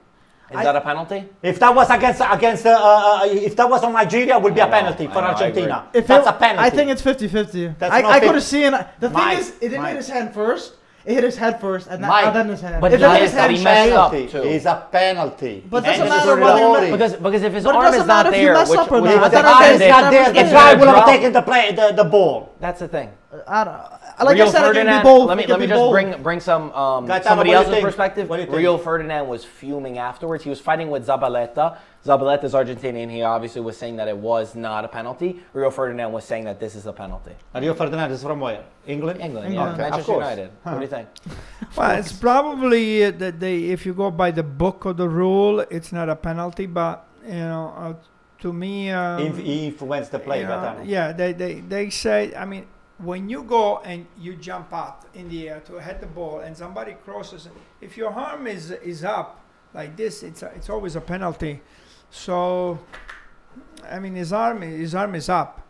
A: Is that a penalty?
C: If that was against against uh, uh, uh, if that was on Nigeria, it would be
A: I
C: a
A: know,
C: penalty
A: I
C: for
A: know, I
C: Argentina.
A: agree.
D: If
C: That's
D: it-
C: a penalty.
D: I think it's 50 50.
C: That's
D: I,
C: not
D: I
C: fif-
D: could have seen. The thing
C: Mike,
D: is, it didn't
C: Mike.
D: hit his hand first. It hit his head first, and
C: Mike,
D: not, then his hand.
A: but
D: if it
A: that
D: hit
A: is
D: his
A: how
D: hand
A: he
D: first-
A: messed up,
C: penalty
A: too.
C: is a penalty.
D: But
C: And
D: doesn't
C: it's
D: matter whether you
C: glory.
D: make-
A: Because because if his
D: But it
A: arm
D: doesn't
A: is not
D: matter if you
A: there,
D: mess
A: which,
D: up or
A: which
D: not.
A: was
D: I
A: a
D: thought
A: crime,
D: it was
A: they-
D: not there.
A: it's
C: the
D: It's
A: not
C: guy
A: a
C: would have
A: draw.
C: taken the play the, the ball.
A: That's the thing.
D: I don't, like
A: Rio
D: I said, it can
A: Ferdinand.
D: be both.
A: Let me
D: It can
A: let me
D: be
A: just
D: both.
A: bring bring some um,
C: Gaetano,
A: somebody
C: what do you
A: else's
C: think?
A: perspective.
C: What do you think?
A: Rio Ferdinand was fuming afterwards. He was fighting with Zabaleta. Zabaleta's Argentinian. He obviously was saying that it was not a penalty. Rio Ferdinand was saying that this is a penalty.
C: Rio Ferdinand is from where? England.
A: England, yeah.
D: Okay, of
A: Manchester
C: course.
A: United. What do you think?
E: Well, it's probably uh, that they, if you go by the book of the rule, it's not a penalty, but you know, uh, to me, um,
C: Inf- he influenced the play.
E: you know,
C: Gaetano.
E: yeah, they, they they say, I mean, when you go and you jump up in the air to hit the ball, and somebody crosses, if your arm is is up like this, it's a, it's always a penalty. So, I mean, his arm his arm is up.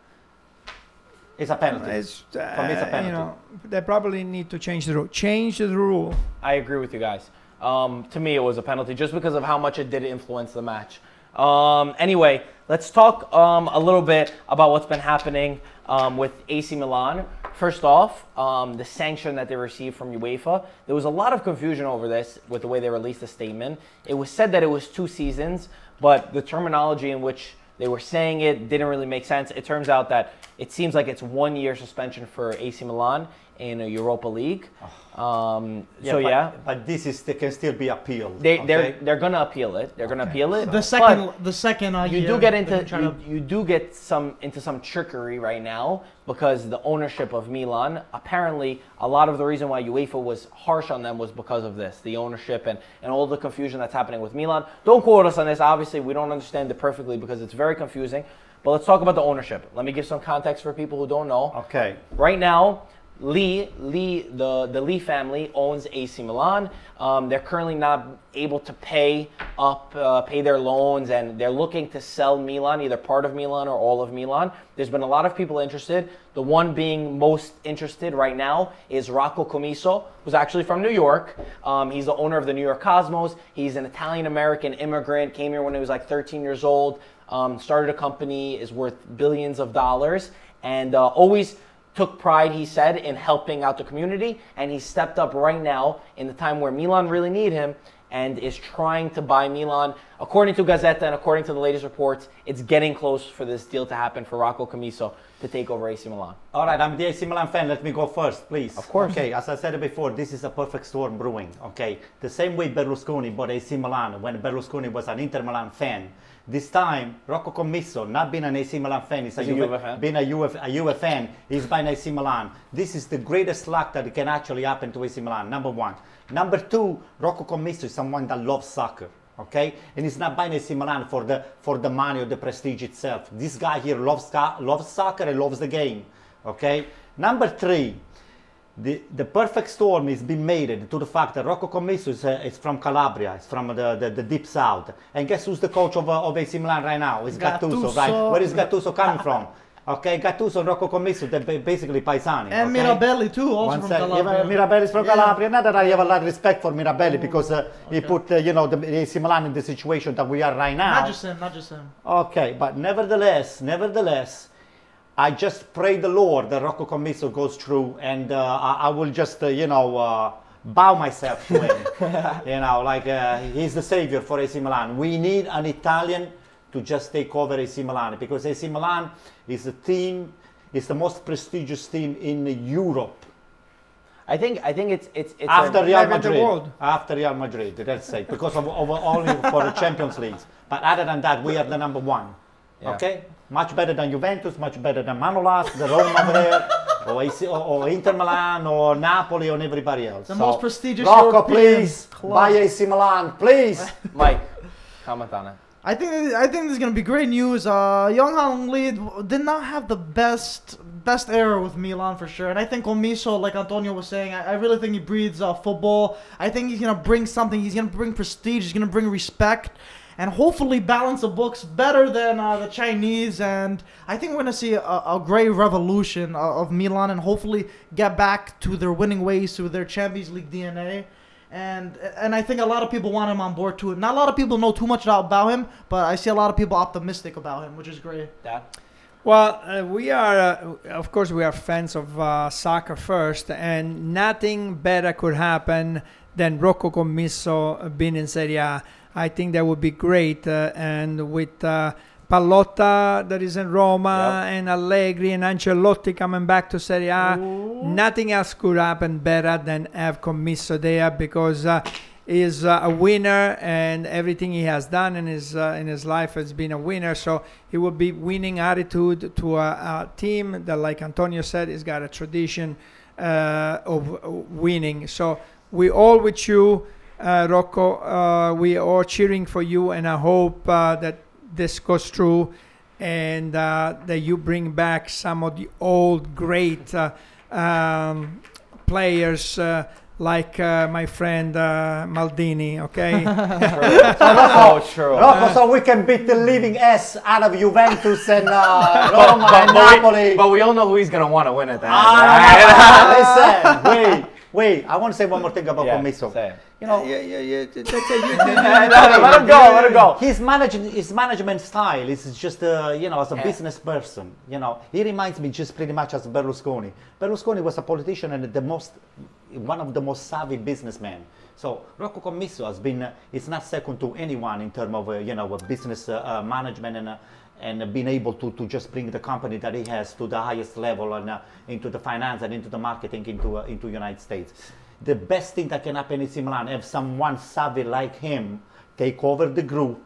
C: It's a penalty.
E: It's,
C: me, it's a
E: uh, you
C: penalty.
E: know, they probably need to change the rule. Change the rule.
A: I agree with you guys. Um, to me, it was a penalty just because of how much it did influence the match. Um, anyway, let's talk um, a little bit about what's been happening um, with AC Milan. First off, um, the sanction that they received from UEFA. There was a lot of confusion over this with the way they released the statement. It was said that it was two seasons, but the terminology in which they were saying it didn't really make sense. It turns out that it seems like it's one year suspension for AC Milan in a Europa League. Um,
C: Yeah,
A: so
C: but,
A: yeah,
C: but this is they can still be appealed.
A: they they're
C: okay?
A: they're gonna appeal it. They're gonna appeal it.
D: The
A: but
D: second, the second uh,
A: you
D: year,
A: do get
D: they're
A: into
D: trying
A: you,
D: to-
A: you do get some into some trickery right now because the ownership of Milan apparently a lot of the reason why UEFA was harsh on them was because of this the ownership and and all the confusion that's happening with Milan. Don't quote us on this. Obviously, we don't understand it perfectly because it's very confusing. But let's talk about the ownership. Let me give some context for people who don't know.
C: okay.
A: Right now, Lee, Lee, the, the Lee family owns AC Milan. Um, they're currently not able to pay up, uh, pay their loans, and they're looking to sell Milan, either part of Milan or all of Milan. There's been a lot of people interested. The one being most interested right now is Rocco Comiso, who's actually from New York. Um, he's the owner of the New York Cosmos. He's an Italian American immigrant, came here when he was like 13 years old, um, started a company, is worth billions of dollars, and uh, always took pride, he said, in helping out the community, and he stepped up right now in the time where Milan really need him and is trying to buy Milan. According to Gazzetta and according to the latest reports, it's getting close for this deal to happen for Rocco Camiso to take over AC Milan.
C: All right, I'm the AC Milan fan. Let me go first, please. Of
A: course.
C: Okay, as I said before, this is a perfect storm brewing. Okay, the same way Berlusconi bought AC Milan when Berlusconi was an Inter Milan fan. This time, Rocco Commisso, not being an AC Milan fan, he's a,
A: He's a
C: Juve-
A: Juve fan.
C: being a Juve, a Juve fan, he's buying AC Milan. This is the greatest luck that can actually happen to AC Milan. Number one. Number two, Rocco Commisso is someone that loves soccer. Okay, and he's not buying AC Milan for the for the money or the prestige itself. This guy here loves sca- loves soccer and loves the game. Okay. Number three, the, the perfect storm is being made to the fact that Rocco Commisso is, uh, is from Calabria, is from the, the, the deep south. And guess who's the coach of, uh, of AC Milan right now? It's Gattuso,
D: Gattuso.
C: right? Where is Gattuso coming from? Okay, Gattuso and Rocco Commisso, they're ba- basically paisani.
D: and
C: okay?
D: Eh, Mirabelli too, also
C: One
D: from
C: sec-
D: Calabria.
C: Even Mirabelli is from
D: Yeah. Oh,
C: Calabria. Not that I have a lot of respect for Mirabelli because uh, he put, uh, you know, the AC Milan in the situation that we are right now.
D: Not just him, not just him.
C: Okay, but nevertheless, nevertheless, I just pray the Lord that Rocco Commisso goes through, and uh, I, I will just, uh, you know, uh, bow myself to him. you know, like uh, he's the savior for AC Milan. We need an Italian to just take over AC Milan because AC Milan is a team, is the most prestigious team in Europe.
A: I think I think it's it's it's
C: After
A: a,
C: Real
E: maybe the
C: Madrid,
E: world.
C: after Real Madrid, let's say, because of, of only for the Champions League. But other than that, we are the number one.
A: Yeah.
C: Okay, much better than Juventus, much better than Manolas, the Roma over there, or, AC, or, or Inter Milan, or Napoli, or everybody else.
D: The most prestigious
C: Rocco,
D: European
C: please
D: club.
C: buy AC Milan, please.
A: Mike. Comment on it.
D: I think I think this is gonna be great news. Uh, Young Han Lee did not have the best best era with Milan for sure, and I think Omiso, like Antonio was saying, I, I really think he breathes uh, football. I think he's gonna bring something. He's gonna bring prestige. He's gonna bring respect, and hopefully balance the books better than uh, the Chinese. And I think we're gonna see a, a great revolution uh, of Milan, and hopefully get back to their winning ways, to their Champions League DNA and and I think a lot of people want him on board too. Not a lot of people know too much about him, but I see a lot of people optimistic about him, which is great.
A: Dad?
E: Well, uh, we are, uh, of course, we are fans of uh, soccer first, and nothing better could happen than Rocco Commisso being in Serie A. I think that would be great. Uh, and with uh, Pallotta that is in Roma, and Allegri and Ancelotti coming back to Serie A, nothing else could happen better than have Commisso there because. Uh, is uh, a winner and everything he has done in his uh, in his life has been a winner so he will be winning attitude to a, a team that like antonio said has got a tradition uh, of uh, winning so we all with you uh, rocco uh, we are cheering for you and i hope uh, that this goes through and uh, that you bring back some of the old great uh, um, players uh, like uh, my friend uh, Maldini, okay?
A: True. so true.
C: Rocco, so we can beat the living S out of Juventus and uh, Roma
A: but,
C: and Napoli.
A: we, but we all know who he's gonna want to win at that.
C: Ah, no, no, no, listen, wait, wait. I want to say one more thing about
A: Yeah,
C: Commisso.
A: say it.
C: You know,
E: yeah, yeah, yeah. That's a, you,
A: let him go. Let him go.
C: his management, his management style is just, uh, you know, as a business person, you know, he reminds me just pretty much as Berlusconi. Berlusconi was a politician and the most, one of the most savvy businessmen. So Rocco Commisso has been, uh, it's not second to anyone in terms of, uh, you know, uh, business uh, uh, management and. Uh, and being able to, to just bring the company that he has to the highest level and uh, into the finance and into the marketing into uh, into United States. the best thing that can happen is in Milan have someone savvy like him take over the group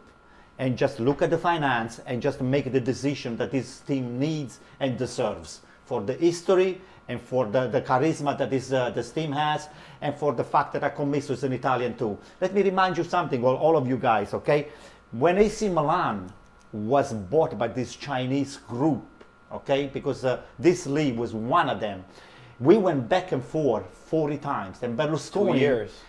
C: and just look at the finance and just make the decision that this team needs and deserves for the history and for the, the charisma that this, uh, this team has and for the fact that Accomisso is an Italian too. Let me remind you something, all, all of you guys, okay? When AC Milan was bought by this Chinese group, okay? Because uh, this league was one of them. We went back and forth 40 times and Berlusconi...
A: Two years.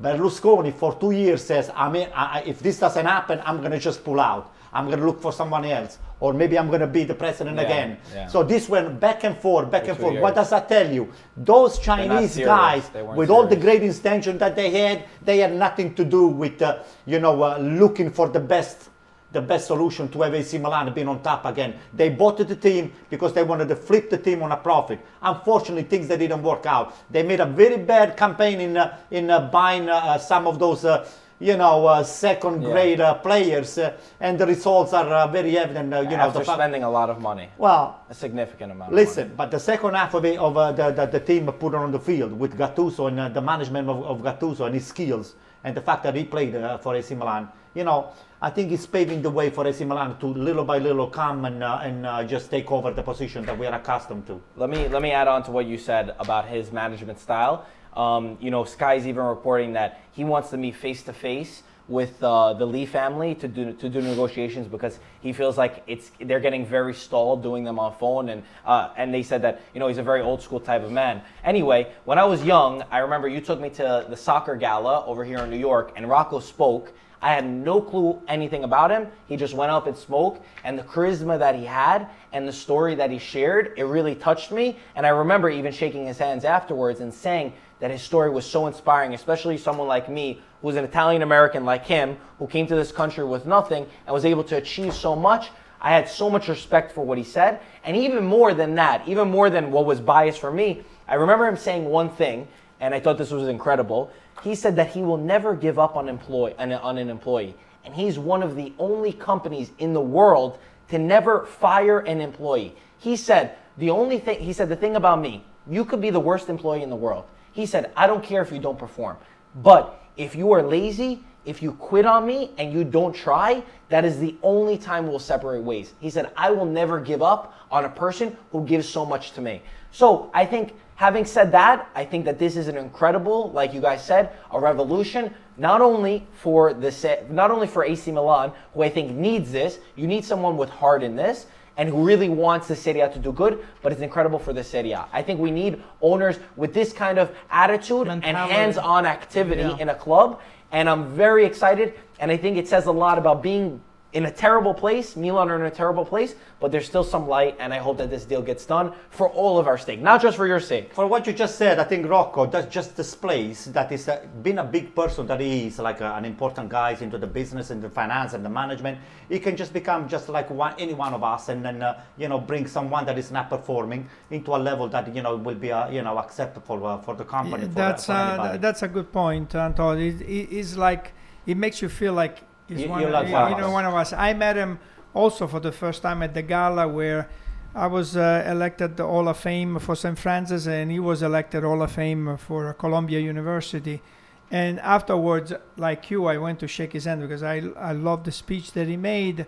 C: Berlusconi for two years says, I mean, I, I- if this doesn't happen, I'm going to just pull out. I'm going to look for someone else. Or maybe I'm going to be the president
A: Yeah,
C: again.
A: yeah.
C: So this went back and forth, back
A: For
C: and
A: two
C: forth. What
A: years.
C: does that tell you? Those Chinese
A: serious.
C: guys,
A: They weren't
C: with all the
A: serious.
C: great intention that they had, they had nothing to do with, uh, you know, uh, looking for the best the best solution to have AC Milan being on top again. They bought the team because they wanted to flip the team on a profit. Unfortunately, things that didn't work out. They made a very bad campaign in uh, in uh, buying uh, uh, some of those. Uh, you know, uh, second
A: Yeah.
C: grade uh, players, uh, and the results are uh, very evident. Uh, you know,
A: After
C: the fact-
A: spending a lot of money,
C: well,
A: a significant amount.
C: Listen, but the second half of, it, of uh, the, the, the team put on the field with Gattuso and uh, the management of, of Gattuso and his skills and the fact that he played uh, for AC Milan, you know, I think it's paving the way for AC Milan to little by little come and, uh, and uh, just take over the position that we are accustomed to.
A: Let me let me add on to what you said about his management style. Um, you know, Sky's even reporting that he wants to meet face to face with uh, the Lee family to do to do negotiations because he feels like it's they're getting very stalled doing them on phone and uh, and they said that you know he's a very old school type of man. Anyway, when I was young, I remember you took me to the soccer gala over here in New York and Rocco spoke. I had no clue anything about him. He just went up and spoke, and the charisma that he had and the story that he shared, it really touched me. And I remember even shaking his hands afterwards and saying that his story was so inspiring, especially someone like me, who's an Italian American like him, who came to this country with nothing and was able to achieve so much. I had so much respect for what he said. And even more than that, even more than what was biased for me, I remember him saying one thing, and I thought this was incredible. He said that he will never give up on, employ, on, on an employee. And he's one of the only companies in the world to never fire an employee. He said, the only thing, he said, the thing about me, you could be the worst employee in the world. He said, I don't care if you don't perform. But if you are lazy, if you quit on me and you don't try, that is the only time we'll separate ways. He said, I will never give up on a person who gives so much to me. So I think, having said that, I think that this is an incredible, like you guys said, a revolution. Not only for the sa- not only for AC Milan, who I think needs this, you need someone with heart in this and who really wants the Serie A to do good, but it's incredible for the Serie A. I think we need owners with this kind of attitude and
D: Mentality.
A: hands-on activity
D: Yeah.
A: in a club, and I'm very excited. And I think it says a lot about being in a terrible place. Milan are in a terrible place, but there's still some light, and I hope that this deal gets done for all of our sake, not just for your sake.
C: For what you just said, I think Rocco that just displays that he's uh, been a big person that he is, like uh, an important guy is into the business and the finance and the management. He can just become just like one, any one of us, and then uh, you know bring someone that is not performing into a level that you know will be uh, you know acceptable uh, for the company.
E: Yeah,
C: for,
E: that's
C: for
E: uh,
C: anybody.
E: th- that's a good point, Anton. It, it, it's like it makes you feel like he's
C: You-
E: one,
C: you're
E: of,
C: like
E: you,
C: one
E: you
C: of
E: know
C: us.
E: one of us. I met him also for the first time at the gala where I was uh, elected the Hall of Fame for St. Francis, and he was elected Hall of Fame for Columbia University. And afterwards, like you, I went to shake his hand because I I loved the speech that he made,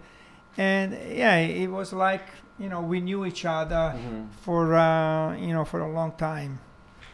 E: and yeah, it was like you know we knew each other
C: Mm-hmm.
E: for uh, you know for a long time.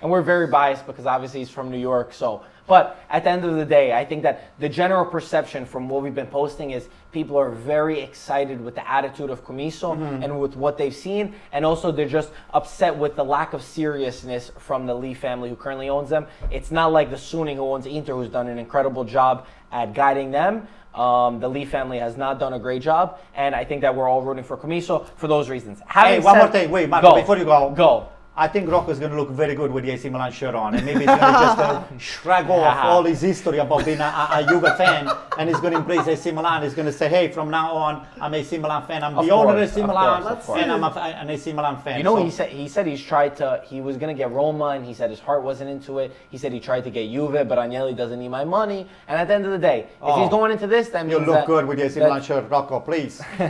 A: and we're very biased because obviously he's from New York. So, but at the end of the day, I think that the general perception from what we've been posting is people are very excited with the attitude of Comiso
C: Mm-hmm.
A: and with what they've seen, and also they're just upset with the lack of seriousness from the Lee family who currently owns them. It's not like the Suning who owns Inter, who's done an incredible job at guiding them. Um, the Lee family has not done a great job, and I think that we're all rooting for Comiso for those reasons.
C: Hey,
A: Having
C: one
A: said-
C: more thing. Wait, Marco,
A: Go.
C: before you go,
A: go.
C: I think Rocco is going to look very good with the AC Milan shirt on, and maybe he's going to just uh, shrug off all his history about being a, a, a Juve fan, and he's going to embrace AC Milan. He's going to say, "Hey, from now on, I'm a AC Milan fan. I'm
A: Of
C: the owner of
A: course,
C: AC
A: of
C: Milan,
A: course, of course.
C: and I'm a, fa- an AC Milan fan."
A: You know,
C: So-
A: he said he said he's tried to. He was gonna get Roma, and he said his heart wasn't into it. He said he tried to get Juve, but Agnelli doesn't need my money. And at the end of the day, if
C: Oh.
A: he's going into this, then
C: "You look good with the AC Milan shirt, Rocco. Please."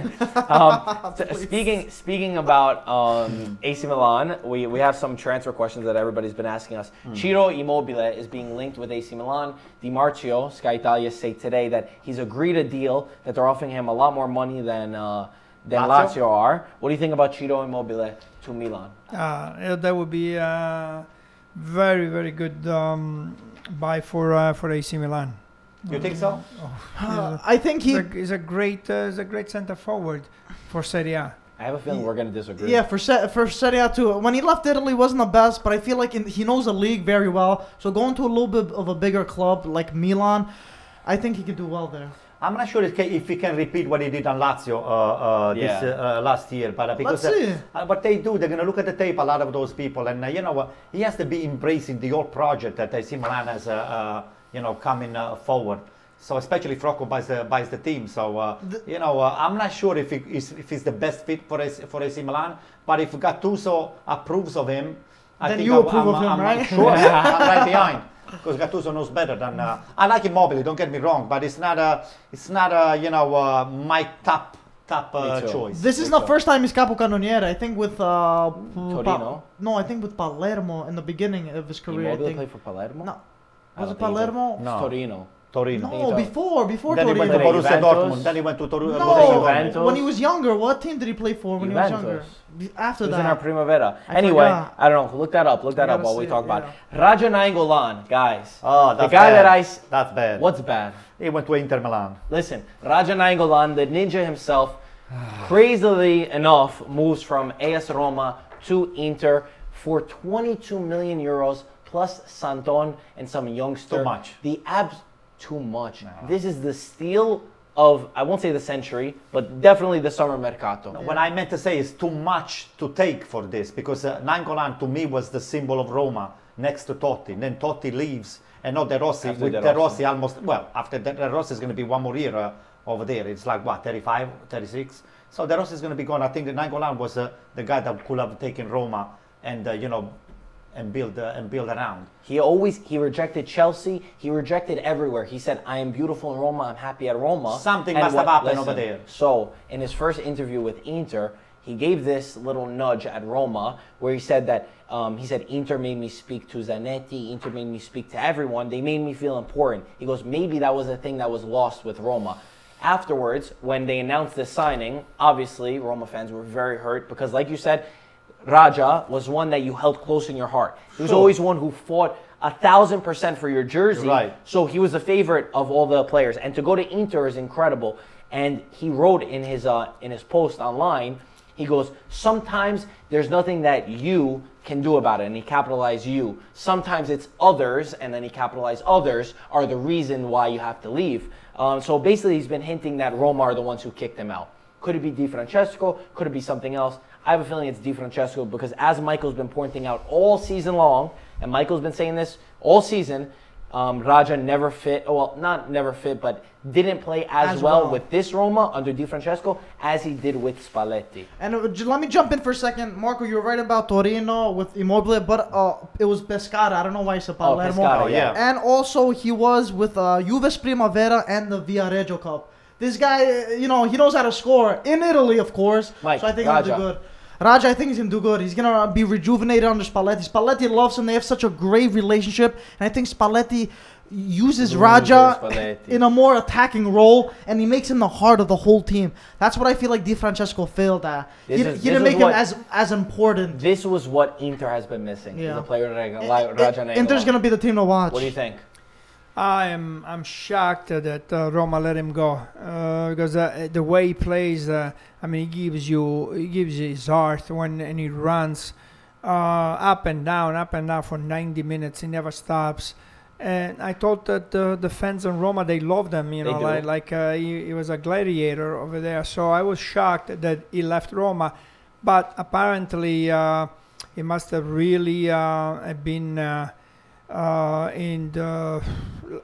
A: Um, s- speaking speaking about um, AC Milan, we, we have some transfer questions that everybody's been asking us.
C: Hmm.
A: Ciro Immobile is being linked with AC Milan. Di Marcio, Sky Italia say today that he's agreed a deal that they're offering him a lot more money than uh, than
C: Lazio?
A: Lazio? are. What do you think about Ciro Immobile to Milan?
E: Uh, yeah, that would be a very, very good um, buy for uh, for AC Milan.
C: You think so?
E: Yeah.
D: Uh, I think he.
E: He's a, he's a great, uh, he's a great center forward for Serie A.
A: I have a feeling we're going to disagree.
D: Yeah, for Se- for Serie A too. When he left Italy, wasn't the best, but I feel like in, he knows the league very well. So going to a little bit of a bigger club like Milan, I think he could do well there.
C: I'm not sure if ca- if he can repeat what he did on Lazio uh, uh, this
A: Yeah.
C: uh, uh, last year, but uh, because
D: Let's
C: uh,
D: see.
C: uh, what they do, they're gonna look at the tape. A lot of those people, and uh, you know, what he has to be embracing the old project that AC Milan has, uh, uh, you know, coming uh, forward. So especially Frocco buys the buys the team. So uh, you know, uh, I'm not sure if he is if he's the best fit for AC, for AC Milan, but if Gattuso approves of him, I
D: Then
C: think
D: you
C: I-
D: approve
C: I'm,
D: of him,
C: I'm,
D: right?
C: I'm sure I'm right behind because Gattuso knows better than uh, I like Immobile. Don't get me wrong, but it's not a it's not a you know uh, my top top uh,
A: Me too.
C: choice.
D: This is
A: Think
D: the
A: so.
D: first time he's capo canoniere. I think with uh, Torino.
A: Torino?
D: no, I think with Palermo in the beginning of his career. I
A: Immobile
D: think
A: played for Palermo.
D: No.
A: I
D: was
A: don't
D: it
A: think so.
D: Palermo?
A: It's Torino.
C: Torino.
A: think
D: No,
A: so.
D: before before
C: Then he went to
A: Torino.
D: Torino.
C: Borussia
A: Juventus.
C: Dortmund. Then he went to Toru- Borussia
D: No,
C: Dortmund.
A: Juventus.
D: when he was younger, what team did he play for when he was younger?
A: Juventus.
D: Be- After
A: It was in our
D: that,
A: Primavera.
D: I
A: anyway,
D: forgot.
A: I don't know. Look that up. Look that
D: I
A: up
D: gotta
A: while we
D: see
A: talk
D: it,
A: about it. Raja Nainggolan, guys.
C: Oh,
A: the
C: that's
A: guy
C: bad.
A: that I. s-
C: That's bad.
A: What's bad?
C: He went to Inter Milan.
A: Listen, Raja Nainggolan, the ninja himself, crazily enough, moves from AS Roma to Inter for 22 million euros plus Santon and some youngster.
C: Too much.
A: The abs, too much. This is the steal of, I won't say the century, but definitely the summer mercato.
C: What I meant to say is too much to take for this because uh, Nangolan to me was the symbol of Roma next to Totti. And then Totti leaves and not De Rossi.
A: After
C: with
A: De
C: De
A: Rossi.
C: Rossi. almost, well, after De, De Rossi is going to be one more year uh, over there. It's like what, 35, 36? So De Rossi is going to be gone. I think that Nangolan was uh, the guy that could have taken Roma and, uh, you know, and build, uh, and build around.
A: He always he rejected Chelsea. He rejected everywhere. He said, "I am beautiful in Roma. I'm happy at Roma."
C: Something must have happened over there.
A: So in his first interview with Inter, he gave this little nudge at Roma, where he said that um, he said Inter made me speak to Zanetti. Inter made me speak to everyone. They made me feel important. He goes, maybe that was a thing that was lost with Roma. Afterwards, when they announced the signing, obviously Roma fans were very hurt because, like you said, Raja was one that you held close in your heart. He was
C: Sure.
A: always one who fought a thousand percent for your jersey.
C: Right.
A: So he was a favorite of all the players, and to go to Inter is incredible. And he wrote in his uh, in his post online, he goes, "Sometimes there's nothing that you can do about it," and he capitalized "you." Sometimes it's others, and then he capitalized "others" are the reason why you have to leave. Um, so basically, he's been hinting that Roma are the ones who kicked him out. Could it be Di Francesco? Could it be something else? I have a feeling it's Di Francesco because as Michael's been pointing out all season long, and Michael's been saying this all season, um, Raja never fit. oh, Well, not never fit, but didn't play as,
D: As
A: well,
D: well.
A: with this Roma under Di Francesco as he did with Spalletti.
D: and uh, j- let me jump in for a second, Marco. You were right about Torino with Immobile, but uh, it was Pescara. I don't know why it's about Palermo.
A: Pescara,
C: Oh, yeah.
D: And also, he was with uh, Juve's Primavera and the Viareggio Cup. This guy, uh, you know, he knows how to score in Italy, of course.
A: Mike,
D: so I think he'll do
A: Raja.
D: good. Raja, I think he's gonna do good. He's gonna be rejuvenated under Spalletti. Spalletti loves him. They have such a great relationship, and I think Spalletti uses Raja
A: Spalletti.
D: in a more attacking role, and he makes him the heart of the whole team. That's what I feel like Di Francesco failed at. He,
A: This
D: didn't-
A: is- this
D: he didn't
A: is
D: make him
A: what-
D: as as important.
A: This was what Inter has been missing.
D: Yeah.
A: The player like
D: And-
A: Raja
D: and-
A: Nainggolan.
D: Inter's gonna be the team to watch.
A: What do you think?
E: I'm I'm shocked that uh, Roma let him go uh, because uh, the way he plays, uh, I mean, he gives you he gives you his heart when and he runs uh, up and down, up and down for 90 minutes. He never stops. And I thought that uh, the fans in Roma they loved him, you
A: They
E: know,
A: do.
E: like like uh, he, he was a gladiator over there. So I was shocked that he left Roma, but apparently uh, he must have really uh, been. Uh, uh, and uh,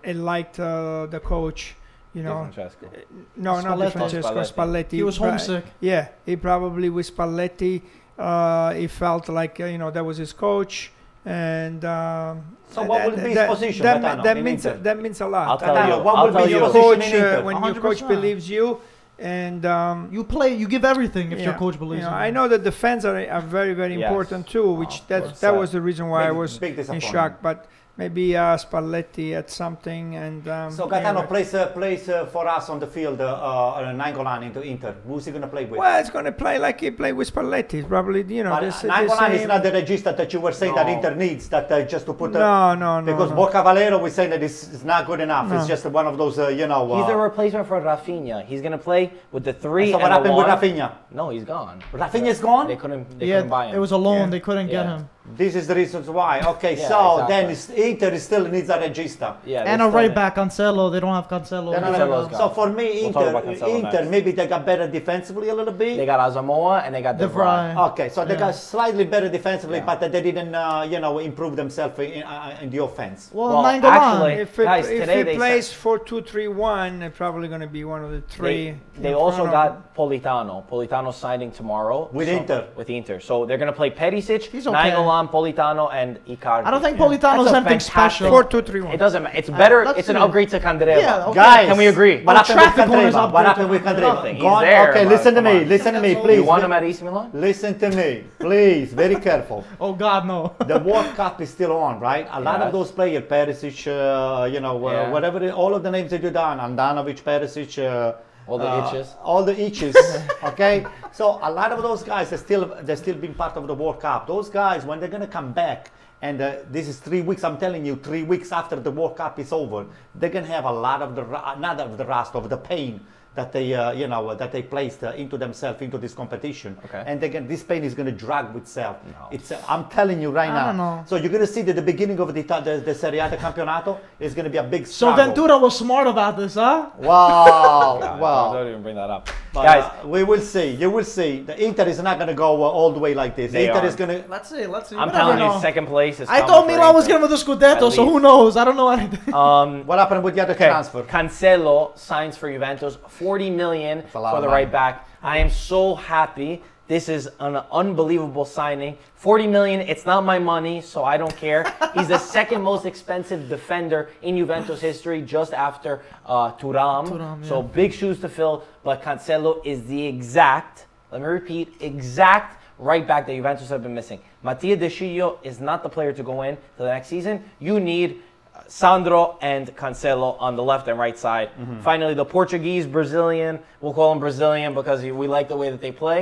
E: and liked uh, the coach. You
A: Di
E: know,
A: Francesco.
E: no, not
D: Spalletti.
E: Di Francesco
A: Spalletti.
E: Spalletti.
D: He was
E: But-
D: homesick.
E: yeah, he probably with Spalletti, uh, he felt like uh, you know that was his coach, and um,
C: So what
E: that-
C: would be his
E: that-
C: position,
E: That,
C: Gaetano,
E: that
C: in
E: means
C: Inter?
E: that means a lot.
A: I'll tell
C: Gaetano,
A: you.
C: what
A: I'll
C: would be
A: tell
E: When
A: you.
E: your
C: position
E: coach,
C: in Inter?
E: uh, when your coach
D: 100%.
E: believes you, and um,
D: You play. You give everything if your
E: yeah,
D: coach
E: you
D: believes.
E: know,
D: in
E: I
D: you.
E: know that the fans are, are very very
A: Yes.
E: important too, which
A: Of
E: that
A: course.
E: that was the reason why I
C: Big-
E: was
C: big
E: in
C: disappointment.
E: shock. But maybe uh, Spalletti had something, and um,
C: So
E: yeah,
C: Gaetano
E: but-
C: plays uh, plays uh, for us on the field uh, uh, Nangolan into Inter. Who's he gonna play with?
E: Well, it's going to play like he played with Spalletti. Probably, you know,
C: But
E: this,
C: Nangolan
E: this
C: is not the regista that you were saying that
A: No.
C: Inter needs. That uh, just to put. uh,
E: No, no, no.
C: Because
E: no.
C: Borca Valero was saying that it's, it's not good enough. It's
E: No.
C: just one of those, uh, you know.
A: He's
C: uh,
A: the replacement for Rafinha. He's gonna play with the three.
C: so
A: and
C: what
A: the
C: happened with
A: one.
C: Rafinha?
A: No, he's gone.
C: Rafinha's gone?
A: They couldn't. They couldn't buy
D: yeah,
A: him.
D: it was a loan.
E: Yeah.
D: They couldn't get
A: Yeah.
D: him.
C: This is the reasons why. Okay,
A: Yeah,
C: so then it's,
A: exactly.
C: Inter still needs a regista.
A: yeah. they
D: and a
A: still-
D: right back, Cancelo. They don't have Cancelo.
C: Then
A: Cancelo's
C: I don't know.
A: gone.
C: So for me,
A: We'll talk
C: Inter,
A: about Cancelo
C: Inter,
A: next.
C: maybe they got better defensively a little bit.
A: They got Azamoa and they got
D: De
A: De Vrij.
D: Vrij.
C: Okay, so they
D: Yeah.
C: got slightly better defensively,
A: Yeah.
C: but they didn't, uh, you know, improve themselves in, uh, in the offense.
D: well,
A: Well,
D: Nangolan.
A: actually-
E: If it,
A: Guys,
E: if
A: today
E: it
A: they
E: plays four two three one, they're probably going to be one of the three.
A: They,
E: in
A: they also
E: front of-
A: got Politano. Politano signing tomorrow
C: With
A: so-
C: Inter.
A: With Inter, so they're gonna play Perisic,
D: He's okay.
A: Nainggolan, Politano, and Icardi.
D: I don't think
E: Yeah.
D: Politano's
A: That's a
D: anything
A: fantastic-
D: special.
E: four two three one.
A: it doesn't. matter. It's better.
D: let's
A: it's an
D: see.
A: upgrade to Candreva.
D: Yeah, okay. Oh,
C: Guys,
A: Can we agree?
C: What
A: Well,
C: happened
D: traffic
C: with
D: corners
C: Candreva?
D: up
C: What
D: there
C: happened with
D: to-
C: Candreva?
A: Nothing.
C: Go on-
A: He's there,
C: okay,
A: but
C: listen to
A: come
C: me.
A: on.
C: Listen to me,
D: That's all-
C: please.
A: you want him at AC Milan?
C: Listen to me, please. Very careful.
D: Oh God, no.
C: The World Cup is still on, right? A lot of
A: Yes.
C: those players, Perisic, uh, you know, uh,
A: Yeah.
C: whatever, it- all of the names that you done, Andanovic, Perisic, uh,
A: All the
C: uh,
A: itches.
C: all the itches. okay, so a lot of those guys are still they're still being part of the World Cup. Those guys, when they're gonna come back, and uh, this is three weeks. I'm telling you, three weeks after the World Cup is over, they're gonna have a lot of the ru- not of the rust of the pain. That they, uh, you know, that they placed uh, into themselves into this competition,
A: Okay.
C: and again, this pain is going to drag itself.
A: No.
C: It's, I'm telling you right
D: I
C: now.
D: don't know.
C: So you're going to see that the beginning of the, Ita- the, the Serie A the campionato is going to be a big
D: So
C: struggle.
D: Ventura was smart about this, huh?
C: Wow,
A: Wow.
C: wow.
A: Don't even bring that up,
C: But,
A: guys.
C: uh, we will see. You will see. The Inter is not going to go uh, all the way like this.
A: They
C: Inter
A: aren't.
C: is going to.
D: Let's see. Let's see.
A: I'm
D: We
A: telling
D: never
A: you,
D: know.
A: second place is.
D: I thought
A: coming for
D: Milan was
A: Inter.
D: getting with the Scudetto,
A: At
D: so who
A: least.
D: knows? I don't know anything.
A: Um,
C: What happened with the other
A: Okay.
C: transfer?
A: Cancelo signs for Juventus, 40 million
C: a lot
A: for
C: of
A: the
C: money.
A: right back. I am so happy. This is an unbelievable signing. 40 million, it's not my money, so I don't care. He's the second most expensive defender in Juventus history, just after uh, Turam.
D: Thuram,
A: So
D: yeah.
A: big shoes to fill, but Cancelo is the exact, let me repeat, exact right back that Juventus have been missing. Mattia De Sciglio is not the player to go in to the next season. You need uh, Sandro and Cancelo on the left and right side. Finally, the Portuguese, Brazilian, we'll call him Brazilian because we like the way that they play.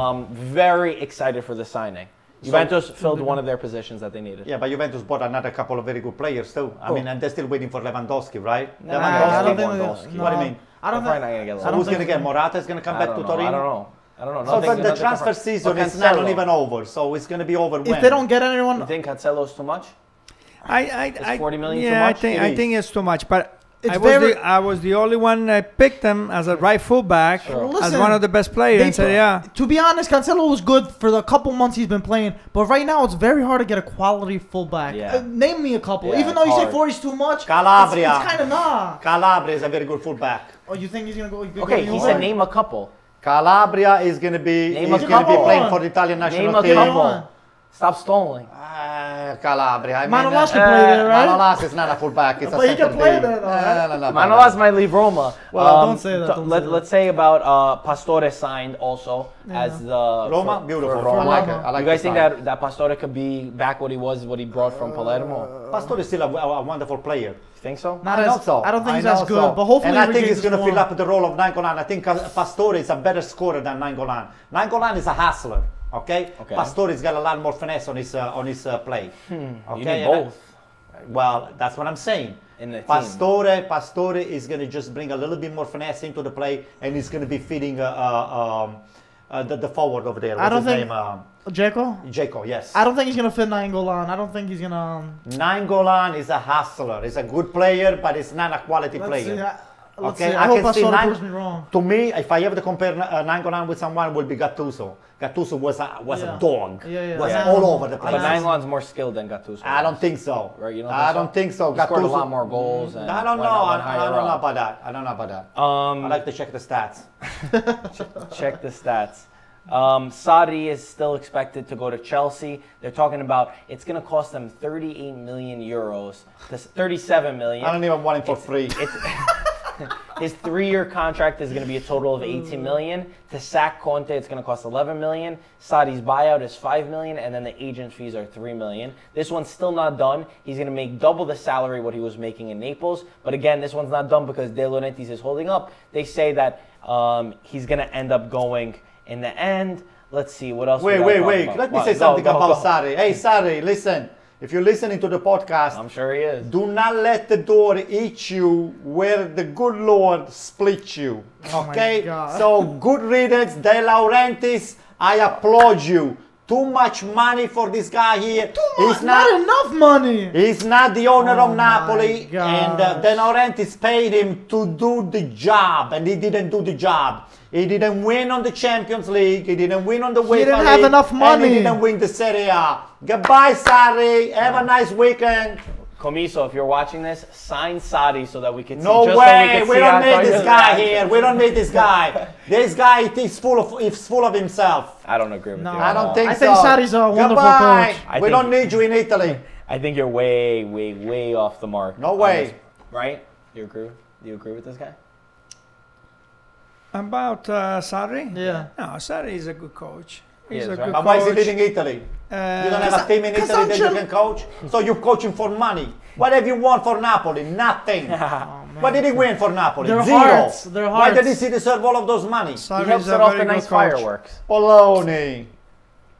A: Um, very excited for the signing. Juventus filled one of their positions that they needed.
C: Yeah, but Juventus bought another couple of very good players too. I
A: Who?
C: mean, and they're still waiting for Lewandowski, right?
A: Nah,
D: Oh. I don't think
A: Lewandowski.
D: no.
C: What do you mean?
D: I don't
A: They're
D: think.
A: probably not gonna get
D: I
C: So
D: don't
C: who's
D: think-
C: going to get Morata? Is going to come
A: I
C: back
A: don't
C: to
A: know. I
C: Torino?
A: don't know. I don't know.
C: So
A: Nothing's
C: but the
A: gonna
C: transfer
A: different.
C: season
A: But
C: is not
A: Cancelo.
C: even over. So it's going to be over when?
D: If they don't get anyone,
A: You think Cancelo's too much?
E: I, I, I,
A: 40 million too
E: yeah, I
A: much?
E: think
C: It
E: I
C: is.
E: think it's too much. But
D: It's
E: I was
D: very-
E: the, I was the only one that picked him as a right fullback as
D: Listen,
E: one of the best players.
D: They
E: And said,
D: pro-
E: yeah,
D: To be honest, Cancelo was good for the couple months he's been playing, but right now it's very hard to get a quality fullback.
A: Yeah.
D: Uh, name me a couple.
A: Yeah,
D: Even though you
A: it's
D: say
A: hard.
D: 40 is too much, it's-
C: Calabria.
D: It's, kind of nah.
C: Calabria is a very good fullback.
D: Oh, you think he's gonna go?
A: Okay, he said name a couple.
C: Calabria is going to be
A: Name
C: he's
A: a
C: going to be
D: couple.
C: playing for the Italian
A: Name
C: national
A: a
D: Come
C: team.
A: couple.
D: on.
A: Stop stalling.
C: Uh, Calabria. I mean,
D: Manolas can
C: uh,
D: play there, right?
C: Manolas is not a fullback. It's a
D: But he can
C: center
D: play
C: back.
D: there, though,
C: No,
D: right?
C: no, no, no, no,
A: Manolas
C: no.
A: might leave Roma.
D: Well, don't say that,
A: th-
D: don't
A: let,
D: say that.
A: us say about uh, Pastore signed also as the
C: Roma,
A: for-
C: beautiful.
A: for Roma.
C: I like it.
D: Roma.
C: I like
A: you guys
C: the
A: think
C: sign.
A: that, that Pastore could be back what he was, what he brought from Palermo?
C: Pastore is still a, a- a wonderful player.
A: You think so?
D: Not
C: Uh, I
D: as,
C: know so.
D: I don't think
C: I
D: he's
C: know
D: as good,
C: so.
D: but hopefully
C: And I
D: he
C: think
D: regains
C: he's going to
D: his
C: fill
D: form.
C: up the role of Nangolan. I think uh, Pastore is a better scorer than Nangolan. Nangolan is a hustler. Okay.
A: Okay.
C: Pastore's got a lot more finesse on his uh, on his uh, play.
D: Hmm.
C: Okay.
A: You need
C: and I-
A: both.
C: Well, that's what I'm saying.
A: In the team.
C: Pastore, Pastore is going to just bring a little bit more finesse into the play, and he's going to be feeding uh, uh, um, uh, the, the forward over there.
D: I
C: What's
D: don't
C: his
D: think-
C: name? Um,
D: Jaco.
C: Jaco. Yes.
D: I don't think he's gonna fit Nainggolan. I don't think he's gonna. Um,
C: Nangolan is a hustler. He's a good player, but it's not a quality
D: let's
C: player.
D: see. I, let's
C: Okay,
D: see.
C: I
D: I, hope
C: can see
D: Pastore
C: Nang-
D: proves me wrong.
C: To me, if I have to compare uh, Nangolan with someone, would be Gattuso. Gattuso was a was
D: Yeah.
C: a dog.
D: Yeah, yeah.
C: Was
A: Yeah.
C: all over the
A: But
C: place.
A: Nangolan's more skilled than Gattuso.
C: I don't think so.
A: Right, you don't
C: I
A: think so?
C: don't think so.
A: He scored a
C: Gattuso-
A: lot more goals. And
C: I don't know.
A: went a lot
C: I, I
A: higher
C: don't know
A: up.
C: about that. I don't know about that.
A: Um,
C: I like to check the stats.
A: Check the stats. Um, Sadi is still expected to go to Chelsea. They're talking about it's going to cost them 38 million euros. That's 37 million.
C: I don't even want him for free.
A: It's- His three-year contract is going to be a total of 18 million. To sack Conte, it's going to cost 11 million. Sadi's buyout is 5 million, and then the agent fees are 3 million. This one's still not done. He's going to make double the salary what he was making in Naples. But again, this one's not done because De Laurentiis is holding up. They say that um, he's going to end up going in the end. Let's see what else. we
C: Wait,
A: gotta
C: wait,
A: talk
C: wait.
A: about.
C: Let me
A: Wow,
C: say
A: go,
C: something
A: go,
C: about
A: go.
C: Sari. Hey, Sari, listen. If you're listening to the podcast,
A: I'm sure he is.
C: do not let the door eat you where the good Lord split you.
D: Oh my
C: Okay?
D: God.
C: so, good riddance, De Laurentiis, I applaud you. Too much money for this guy here.
D: It's not, enough money.
C: He's not the owner
D: Oh
C: of
D: my
C: Napoli, and uh,
D: gosh.
C: De Laurentiis paid him to do the job, and he didn't do the job. He didn't win on the Champions League. He didn't win on the UEFA
D: didn't
C: League,
D: have enough
C: And
D: money.
C: he didn't win the Serie A. Goodbye, Sarri. Have a nice weekend.
A: Comiso, if you're watching this, sign Sadi so that we can
C: No
A: see. just so we,
C: way.
A: can
C: we
A: see
C: don't
A: Antonio's
C: need this guy
A: reaction.
C: here. We don't need this guy. this guy he's full of he's full of himself.
A: I don't agree with
D: No.
A: you.
C: I
A: at
C: don't
A: all.
C: think
D: I
C: so.
D: think Sarri's a wonderful
C: Goodbye.
D: coach.
A: I
C: we
A: think-
C: don't need you in Italy.
A: I think you're way, way, way off the mark.
C: No
A: on
C: way.
A: this, right? You agree? Do you agree with this guy?
E: About uh, Sarri?
D: Yeah.
E: No, Sarri is a good coach. He's
A: Yes,
E: a
A: right.
E: good
C: But why is he
E: coach.
C: leading Italy? You don't
E: Uh,
C: have a team in
D: Cas-
C: Italy that you
D: Casancian-
C: can coach, so you coach him for money. What have you won for Napoli? Nothing. what did he win for Napoli?
D: Oh, Their
C: Zero.
D: hearts, their
C: Why did he
D: hearts.
C: see deserve all of those money?
A: He
E: Sarri
A: helped
E: is a
A: set off
E: very
A: the
E: good
A: nice
E: coach.
A: fireworks.
C: Bologna.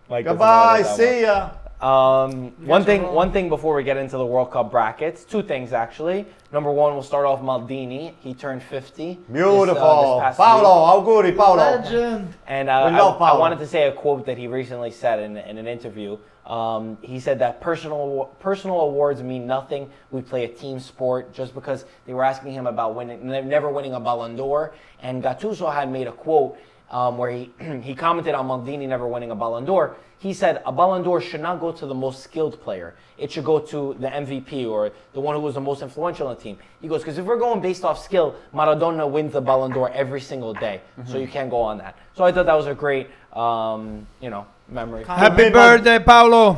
A: Like
C: Goodbye. See ya.
A: Um, one
E: guys are
A: thing,
E: wrong.
A: one thing before we get into the World Cup brackets, two things actually. Number one, we'll start off Maldini. He turned 50. this, uh, this
C: Beautiful.
A: past week.
C: Paolo, auguri Paolo.
D: Legend.
A: And uh,
C: We love
A: I, I
C: Paolo.
A: wanted to say a quote that he recently said in, in an interview. Um, he said that personal personal awards mean nothing. We play a team sport. Just because they were asking him about winning, ne- never winning a Ballon d'Or, and Gattuso had made a quote um, where he he commented on Maldini never winning a Ballon d'Or. He said a Ballon d'Or should not go to the most skilled player. It should go to the MVP or the one who was the most influential on the team. He goes because if we're going based off skill, Maradona wins the Ballon d'Or every single day.
C: Mm-hmm.
A: So you can't go on that. So I thought that was a great um, you know memory.
E: Happy birthday, Paolo.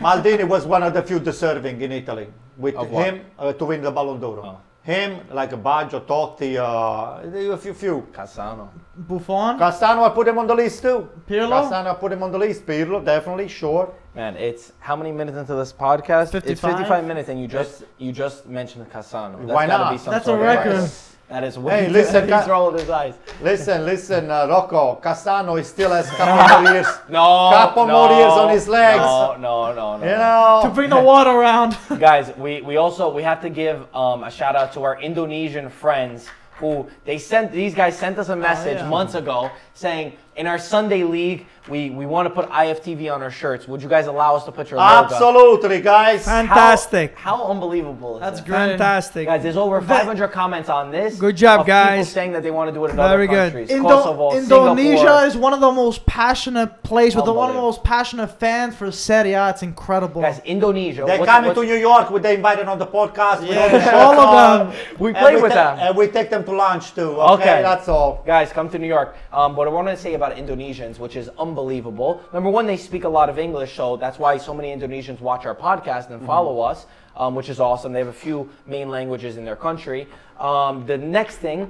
C: Maldini was one of the few deserving in Italy with
A: Of what?
C: him uh, to win the Ballon d'Oro.
A: Oh.
C: Him, like Baggio, Totti, uh, there were a few, few.
A: Cassano.
D: Buffon.
C: Castano, I put him on the list too.
D: Pirlo?
C: Castano, I put him on the list. Pirlo, definitely, sure.
A: Man, it's how many minutes into this podcast? It's
D: 55?
A: 55 minutes, and you just you just mentioned Cassano. That's
C: Why
A: gotta
C: not?
A: Be some
D: That's
A: sort
D: a
A: of
D: record.
A: record. That is way
C: Hey, listen,
A: he's
C: Ca-
A: rolled his eyes.
C: Listen, listen, uh, Rocco. Cassano is still has a couple more years.
A: No,
C: Couple
A: no,
C: more years on his legs.
A: No, no, no, no.
C: You
A: no.
D: To
C: know.
D: bring the water around.
A: Guys, we, we also we have to give um, a shout out to our Indonesian friends who they sent these guys sent
E: Oh,
A: us a message
D: yeah.
A: months ago saying in our Sunday league we, we want to put IFTV on our shirts. Would you guys allow us to put your logo?
C: Absolutely, guys.
E: And-
A: How-
E: Fantastic.
A: How, unbelievable is
D: That's
A: this?
D: great.
E: Fantastic.
A: Guys, there's over 500 comments on this.
E: Good job,
A: of people
E: guys.
A: saying that they want to do it in other
E: Very good.
A: countries.
D: Indo-
A: Kosovo,
D: Indonesia
A: Singapore.
D: is one of the most passionate places with the one of the
A: Unbelievable.
D: most passionate fans for Serie A. It's incredible.
A: Guys, Indonesia.
C: They're
A: what's-
C: coming
A: what's-
C: to New York. We they invited on the podcast. with all the
D: Yeah,
C: shirts
D: all
C: on.
D: of them.
A: We
C: And
A: play with
C: ta-
A: them.
C: And we take them to lunch too. Okay,
A: Okay.
C: that's all.
A: Guys, come to New York. Um, what I want to say about Indonesians, which is unbelievable. Number one, they speak a lot of English, so that's why so many Indonesians watch our podcast and follow us, um, which is awesome. They have a few main languages in their country. Um, the next thing,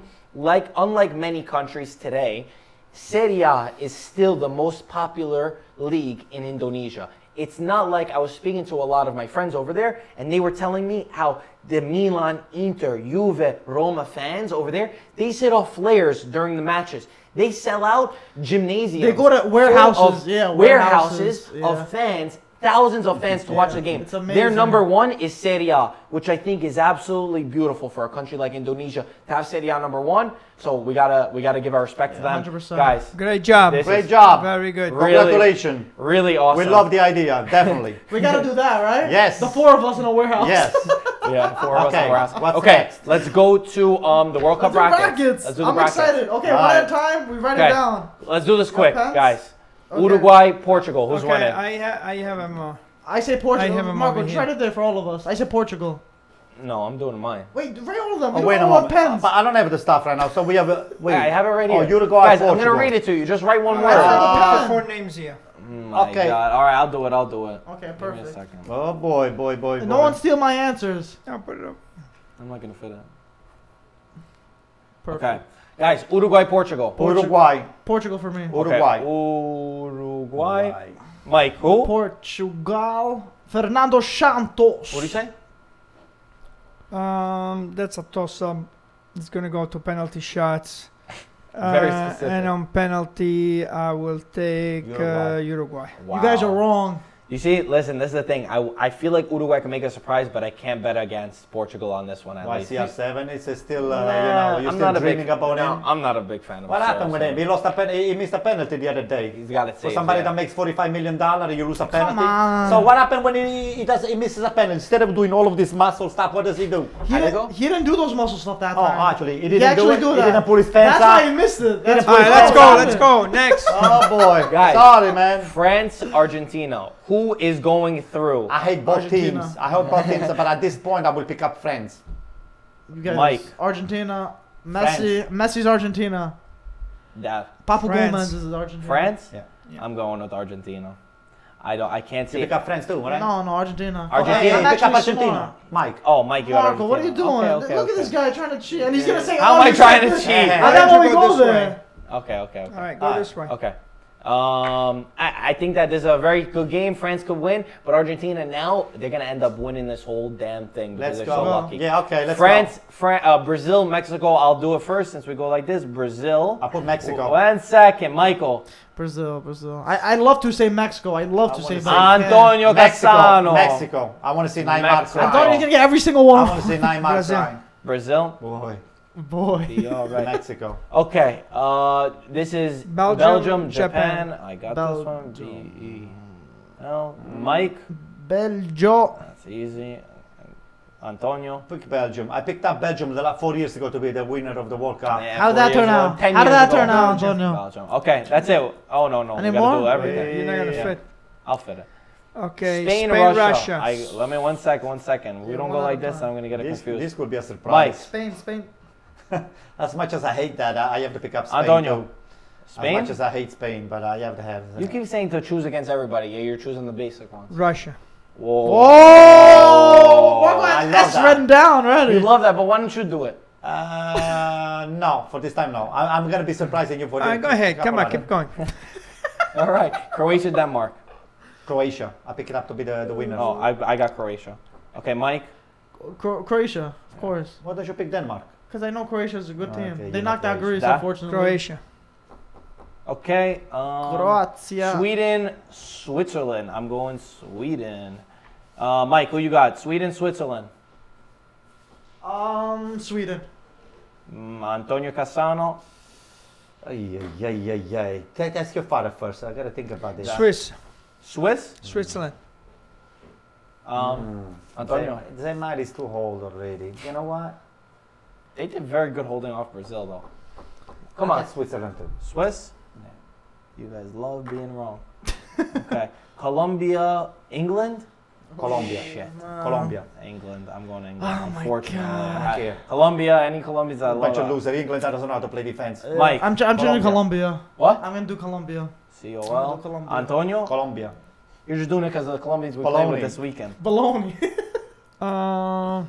A: like unlike many countries today, Serie A is still the most popular league in Indonesia. It's not like I was speaking to a lot of my friends over there, and they were telling me how the Milan, Inter, Juve, Roma fans over there, they set off flares during the matches. They sell out gymnasiums.
D: They go to
A: full
D: warehouses,
A: of
D: yeah,
A: warehouses,
D: warehouses, yeah.
A: of fans, thousands of fans to watch the game.
D: it's
A: Their
D: amazing.
A: number one is Serie A, which I think is absolutely beautiful for a country like Indonesia to have Serie A number one. So we gotta we gotta give our respect to them,
D: 100%.
A: guys.
E: Great job.
A: This
C: Great
A: is
C: job.
E: Very good.
A: Really-
C: Congratulations.
A: Really awesome.
C: We love the idea, definitely.
D: we gotta do that, right?
C: Yes.
D: The four of us in a warehouse.
C: yes.
A: Yeah, four of us
C: Okay,
A: and we're out.
C: what's
A: okay,
C: next?
A: let's go to um, the World Cup
D: Let's do
A: brackets.
D: brackets.
A: Let's do the
D: I'm
A: brackets.
D: excited. Okay,
C: All
D: one
C: right.
D: at a time. We write
A: Okay,
D: it down.
A: let's do this quick,
D: pants?
A: guys.
D: Okay.
A: Uruguay, Portugal. Who's
E: okay,
A: winning?
E: I, ha- I have a more.
D: I say Portugal.
E: I have 'em
D: Marco,
E: over
D: try
E: here.
D: it there for all of us. I say Portugal.
A: No, I'm doing mine.
D: Wait, write all of them.
C: Oh,
D: We
C: wait a
D: don't want
C: moment.
D: pens.
C: But I don't have the stuff right now, so we have a wait.
A: I have it right
C: Oh,
A: here.
C: Uruguay,
A: guys, I'm
C: Portugal.
A: gonna read it to you. Just write one word.
D: I said
E: Uh,
D: the pen.
E: four names here.
A: Oh my
C: Okay.
A: God. All right, I'll do it. I'll do it.
D: Okay,
A: Give me a
D: perfect.
A: second.
C: Oh boy, boy, boy, boy.
D: No one steal my answers.
E: No, put it up.
A: I'm not gonna fit it.
D: Perfect.
A: Okay. Guys, Uruguay, Portugal.
C: Uruguay.
D: Portugal for me.
A: Okay,
C: Uruguay.
A: Uruguay. Mike, who?
D: Portugal. Fernando Santos.
A: what do you say?
E: Um, that's a toss-up. It's gonna go to penalty shots.
A: Very
E: Uh,
A: specific.
E: And on penalty, I will take Uruguay. Uh, Uruguay.
A: Wow.
D: You guys are wrong.
A: You see, listen, this is the thing. I, I feel like Uruguay can make a surprise, but I can't bet against Portugal on this one at least.
C: YCR7 is uh, still, uh,
A: Nah,
C: you know, you're
A: I'm
C: still
A: not a big-
C: dreaming about
A: no,
C: him.
A: I'm not a big fan of
C: What
A: Sarah,
C: happened with
A: so-
C: him? He lost a pen- he he missed a penalty the other day.
A: He's got it
C: For
A: saved,
C: somebody
A: yeah.
C: that makes 45 million dollars, you lose a penalty.
D: on.
C: So what happened when he, he does he misses a penalty? Instead of doing all of this muscle stuff, what does he do?
D: He
A: Had to
D: didn't,
A: go?
D: he didn't do those muscle stuff that
C: Oh,
D: time.
C: actually, he didn't do
D: actually
C: it.
D: do
C: He
D: that.
C: didn't pull his pants
D: That's
C: up.
D: why he missed it.
C: didn't
D: That's
C: pull
E: All
D: why
E: right,
C: his
D: he
E: let's
C: pants
D: missed
E: go.
C: up.
D: it.
E: Let's go. Next.
C: Oh boy,
A: Guys.
C: sorry man.
A: France, Argentina. Who is going through?
C: I hate both
D: Argentina.
C: teams. I hope both teams, but at this point, I will pick up friends.
D: You guys,
A: Mike.
D: Argentina. Messi. Messi's Argentina.
A: That
D: Papa
E: France.
D: Gomez is Argentina.
A: France?
C: Yeah.
E: Yeah.
A: I'm going with Argentina. I don't. I can't
C: You
A: see.
C: pick up friends too, right?
D: No, no, Argentina.
A: Argentina.
C: Hey,
A: I'm
C: you pick up
D: actually
C: Argentina,
D: smart.
C: Mike.
A: Oh, Mike, you got
D: Marco, what are you
A: Argentina. Okay,
D: doing?
A: okay,
D: Look at
A: okay.
D: this guy trying to cheat, and he's gonna say,
A: How
D: oh,
A: am I
D: you
A: trying
D: said
A: to
D: this.
A: cheat?
D: And
C: Why
D: then
C: don't
D: when we
C: you go
D: go
C: this
D: there,
C: way?
A: Okay, okay, okay.
E: All right, go
C: All right.
E: this way.
A: Okay. Um, I, I think that this is a very good game. France could win, but Argentina now they're gonna end up winning this whole damn thing because
C: Let's
A: they're
C: go.
A: so lucky.
C: Yeah, okay, let's
A: France, Fran- uh, Brazil, Mexico. I'll do it first since we go like this. Brazil.
C: go. I put Uh, Mexico.
A: One second, Michael.
D: Brazil, Brazil. I, I love to say Mexico. I love
C: I
D: to
C: wanna
D: say
C: say
D: Mexico.
A: Antonio
C: Mexico,
A: Cassano.
C: Mexico. I want to see Neymar
A: Mexico.
C: cry.
D: Antonio's gonna get every single
C: I
D: one.
C: want to see Neymar
E: Brazil.
C: cry.
A: Brazil.
C: Boy,
D: Boy,
A: All right.
C: Mexico.
A: Okay. Uh, this is Belgium,
E: Belgium,
A: Japan.
E: Japan.
A: I got this one. G
D: Belgium.
A: E L. Mike.
D: Belgio.
A: That's easy. Antonio.
C: Pick Belgium. I picked up Belgium the last four years ago to be the winner of the World Cup.
A: Yeah,
D: How'd
A: four
D: that
A: years
D: turn
A: ago.
D: out?
A: Ten
D: How did
A: years
D: that
A: ago.
D: turn out,
A: Belgium.
D: Antonio?
A: Belgium. Okay, that's it. Oh no no,
D: Anymore?
A: we gotta do everything.
E: You're not gonna
C: Yeah.
E: fit.
A: I'll fit it.
E: Okay.
A: Spain,
E: Spain,
A: Russia.
E: Russia.
A: I, let me one second, one second. We
D: Yeah,
A: don't go
D: one at
A: like
D: a
A: this.
D: time.
A: I'm gonna get it
C: This,
A: confused.
C: this could be a surprise.
D: Spain, Spain.
C: As much as I hate that, I I have to pick up Spain.
A: Antonio,
C: too. As
A: Spain.
C: much as I hate Spain, but I have to have.
A: You keep saying to choose against everybody. Yeah, you're choosing the basic ones.
E: Russia.
A: Whoa.
D: Oh, Marco
C: I
D: has
C: love
D: S
C: that.
D: written down already.
A: You love that, but why don't you do it?
C: Uh, no, for this time, no. I, I'm gonna be surprising you for
E: All
C: the
E: right, go ahead.
C: couple
E: Come on,
C: other-
E: keep going.
A: All right. Croatia, Denmark.
C: Croatia. I pick it up to be the, the winner.
A: Oh, I, I got Croatia. Okay, Mike.
D: Cro- Croatia, of course,
C: Why don't you pick Denmark?
D: because I know Croatia is a good
C: Okay,
D: team.
C: you
D: they
C: know
D: knocked out
C: Croatia.
D: Greece,
A: Da-
D: unfortunately.
E: Croatia.
A: Okay. Um,
D: Croatia.
A: Sweden, Switzerland. I'm going Sweden. Uh, Mike, who you got? Sweden, Switzerland.
D: Um, Sweden.
A: Mm, Antonio Cassano.
C: Ay, ay, ay, ay, ay. Ta- Ask your father first. I gotta think about this.
E: Swiss.
A: Swiss.
E: Switzerland.
D: Mm.
A: Um, Antonio.
C: Mm. Antonio. Neymar is too old already. You know what?
A: They did very good holding off Brazil, though. Come
C: I
A: on,
C: got Switzerland too.
A: Swiss. You guys love being wrong. okay, Colombia, England.
C: Colombia.
A: Shit.
C: Colombia.
A: England. I'm going to England.
D: Oh my
A: unfortunately,
D: God.
A: I- Colombia. Any Colombians that
C: Bunch
A: love
C: of
A: it.
C: loser. England doesn't know how to play defense.
A: Mike.
D: Uh, I'm, ch- I'm choosing Colombia.
A: what?
D: I'm gonna do Colombia.
A: C
D: I'm
A: O
D: gonna
A: L.
D: do Colombia.
A: Antonio.
C: Colombia.
A: You're just doing it because the Colombians we played with
C: Baloney.
A: this weekend.
D: Baloney. Oh
E: Uh,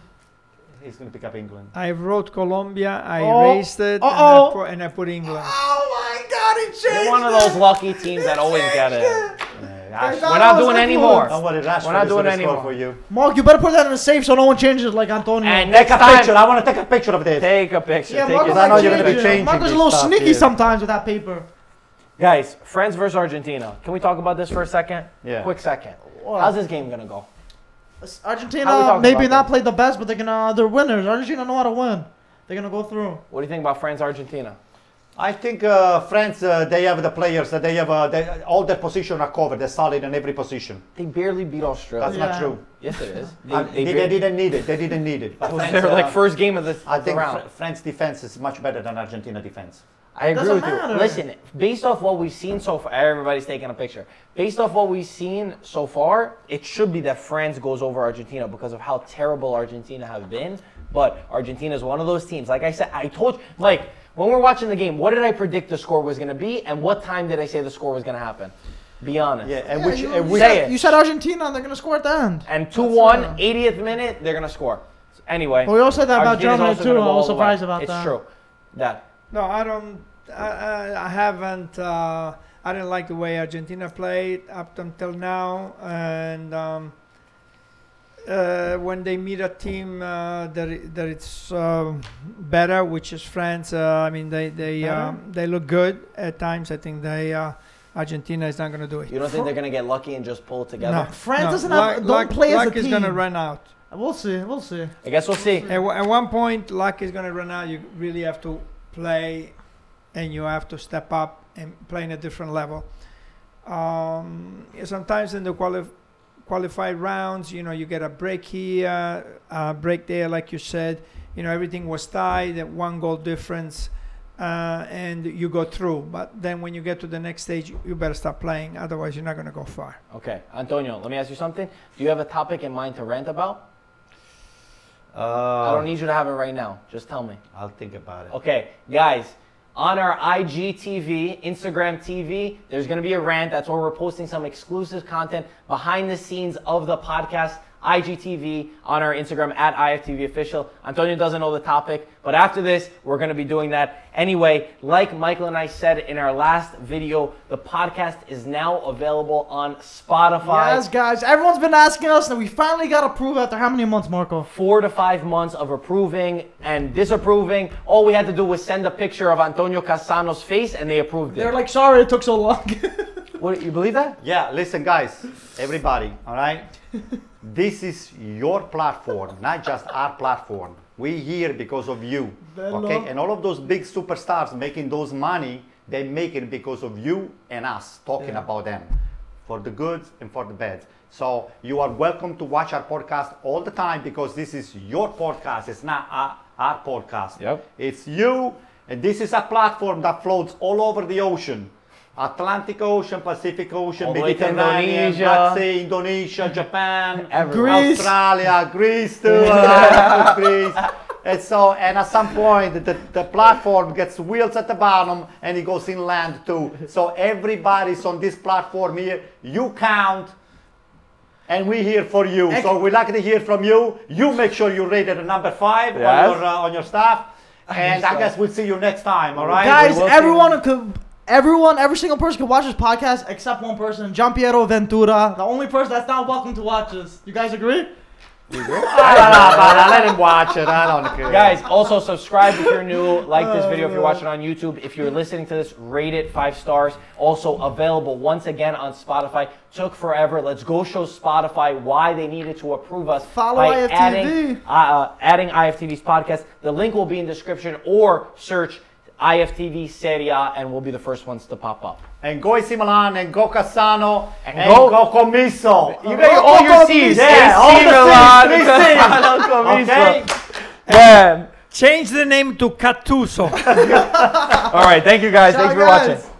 C: He's gonna pick up England.
E: I wrote Colombia. I
D: Oh.
E: erased it. and I
D: Uh-oh.
E: put- And I put England.
D: oh my God! It changed.
A: You're one of those lucky teams that always get it.
C: Yeah,
A: We're not doing any more.
C: Uh, Don't worry, Rashford
A: We're not
C: is
A: doing
C: gonna
A: any
C: score
A: more.
C: for you.
D: Mark, you better put that in a safe so no one changes like Antonio.
A: And
C: Take
A: next
C: a
A: time,
C: picture. I want to take a picture of this.
A: take a picture.
D: yeah,
A: take
D: Marco's
A: your-
C: it. I know
D: like
C: you're gonna be
D: changing.
C: changing
D: Marco's a
C: this
D: little
C: stuff
D: sneaky
C: here.
D: sometimes with that paper.
A: Guys, France versus Argentina. Can we talk about this for a second?
C: Yeah.
A: Quick second.
D: What?
A: How's this game gonna go? How we
D: Argentina
A: talking
D: maybe
A: about
D: not
A: that? played
D: played the best, but they're gonna they're winners. Argentina know how to win. They're gonna go through.
A: What do you think about France Argentina?
C: I think uh, France, uh, they have the players, that they have uh, they, all their position are covered. They're solid in every position.
A: They barely beat
C: That's
A: Australia.
C: not
D: Yeah.
C: true.
A: Yes, it is. They,
C: Uh,
A: they
C: They, they
A: barely-
C: didn't need it. They didn't need it. But
A: it was
C: France,
A: their
C: uh,
A: like first game of this
C: I think
A: round.
C: Fr- France defense is much better than Argentina defense.
A: I agree
D: Doesn't
A: with you.
D: matter.
A: Listen, based off what we've seen so far, everybody's taking a picture. Based off what we've seen so far, it should be that France goes over Argentina because of how terrible Argentina have been. But Argentina is one of those teams. Like I said, I told you, like when we're watching the game, what did I predict the score was going to be, and what time did I say the score was going to happen? Be honest.
C: Yeah, and which, and
A: you
C: which
A: say it.
D: You said Argentina, and they're gonna score at the end.
A: And 2 1,
D: uh,
A: 80th minute, they're going to score. Anyway.
D: But we all said that about
A: Argentina's also
D: Germany too.
A: gonna
D: I
A: go all
D: was
A: the way.
D: surprised about that.
A: It's true. That.
E: No, I don't. I, I, I haven't. Uh, I didn't like the way Argentina played up until now, and um, uh, when they meet a team uh, that i- that it's um better, which is France. Uh, I mean, they they
D: Better?
E: um, they look good at times. I think they uh, Argentina is not going to do it.
A: You don't think they're gonna get lucky and just pull it together?
E: No,
D: France
E: no.
D: doesn't have-
E: Luck- luck,
D: don't play as a
E: luck is going to
D: team.
E: run out.
D: We'll see. We'll see.
A: I guess we'll see.
E: At, one- at one point, luck is going to run out. You really have to play, and you have to step up and play in a different level. Um, sometimes in the quali- qualified rounds, you know, you get a break here, a break there, like you said. You know, everything was tied at one goal difference, uh, and you go through. But then when you get to the next stage, you better start playing. Otherwise, you're not going to go far.
A: Okay, Antonio, let me ask you something. Do you have a topic in mind to rant about?
C: Uh,
A: I don't need you to have it right now. Just tell me.
C: I'll think about it.
A: Okay, guys, on our IGTV, Instagram TV, there's going to be a rant. That's where we're posting some exclusive content behind the scenes of the podcast. IGTV on our Instagram at IFTV official. Antonio doesn't know the topic, but after this, we're going to be doing that anyway. Like Michael and I said in our last video, the podcast is now available on Spotify.
D: Yes, guys. Everyone's been asking us, and we finally got approved after how many months, Marco?
A: four to five months of approving and disapproving. All we had to do was send a picture of Antonio Cassano's face, and they approved
D: They're
A: it.
D: like, sorry it took so long.
A: What, you believe that?
C: Yeah, listen, guys, everybody, all right? this is your platform, not just our platform. We're here because of you,
D: Bello.
C: okay? And all of those big superstars making those money, they make it because of you and us talking about them for the goods and for the bads. So you are welcome to watch our podcast all the time because this is your podcast. It's not our, our podcast.
A: Yep.
C: It's you, and this is a platform that floats all over the ocean. Atlantic Ocean, Pacific Ocean,
A: All the way to
C: Mediterranean,
A: Indonesia.
C: Black Sea, Indonesia, Japan,
A: Everywhere.
D: Greece.
C: Australia, Greece too, uh, Greece. And so, and at some point, the, the platform gets wheels at the bottom and it goes inland too. So everybody's on this platform here. You count. And we're here for you. so we like to hear from you. You make sure you rate it a number five
A: Yes.
C: on, your, uh, on your staff. And I
A: so.
C: guess we'll see you next time, all right?
D: guys,
A: will
D: everyone could. Everyone, every single person could watch this podcast except one person, Gian Piero Ventura, the only person that's not welcome to watch this. You guys agree?
C: Blah, blah, blah, let him watch it. I don't care.
A: Guys, also subscribe if you're new. Like this video if you're watching on YouTube. If you're listening to this, rate it five stars. Also available once again on Spotify. Took forever. Let's go show Spotify why they needed to approve us
D: Follow
A: by
D: IFTV.
A: adding uh, adding IFTV's podcast. The link will be in description or search IFTV Serie A, and we'll be the first ones to pop up.
C: and go AC Milan and go Cassano and,
A: go-
C: go, Comiso.
A: You got your, all your C's.
C: Yeah,
A: AC
C: all the
A: Milan,
C: C's, three
A: Cassano,
C: C's.
A: Comiso.
C: Okay?
A: Man.
E: Change the name to Cattuso.
A: All right. Thank you guys.
D: Ciao,
A: Thanks for
D: guys.
A: watching.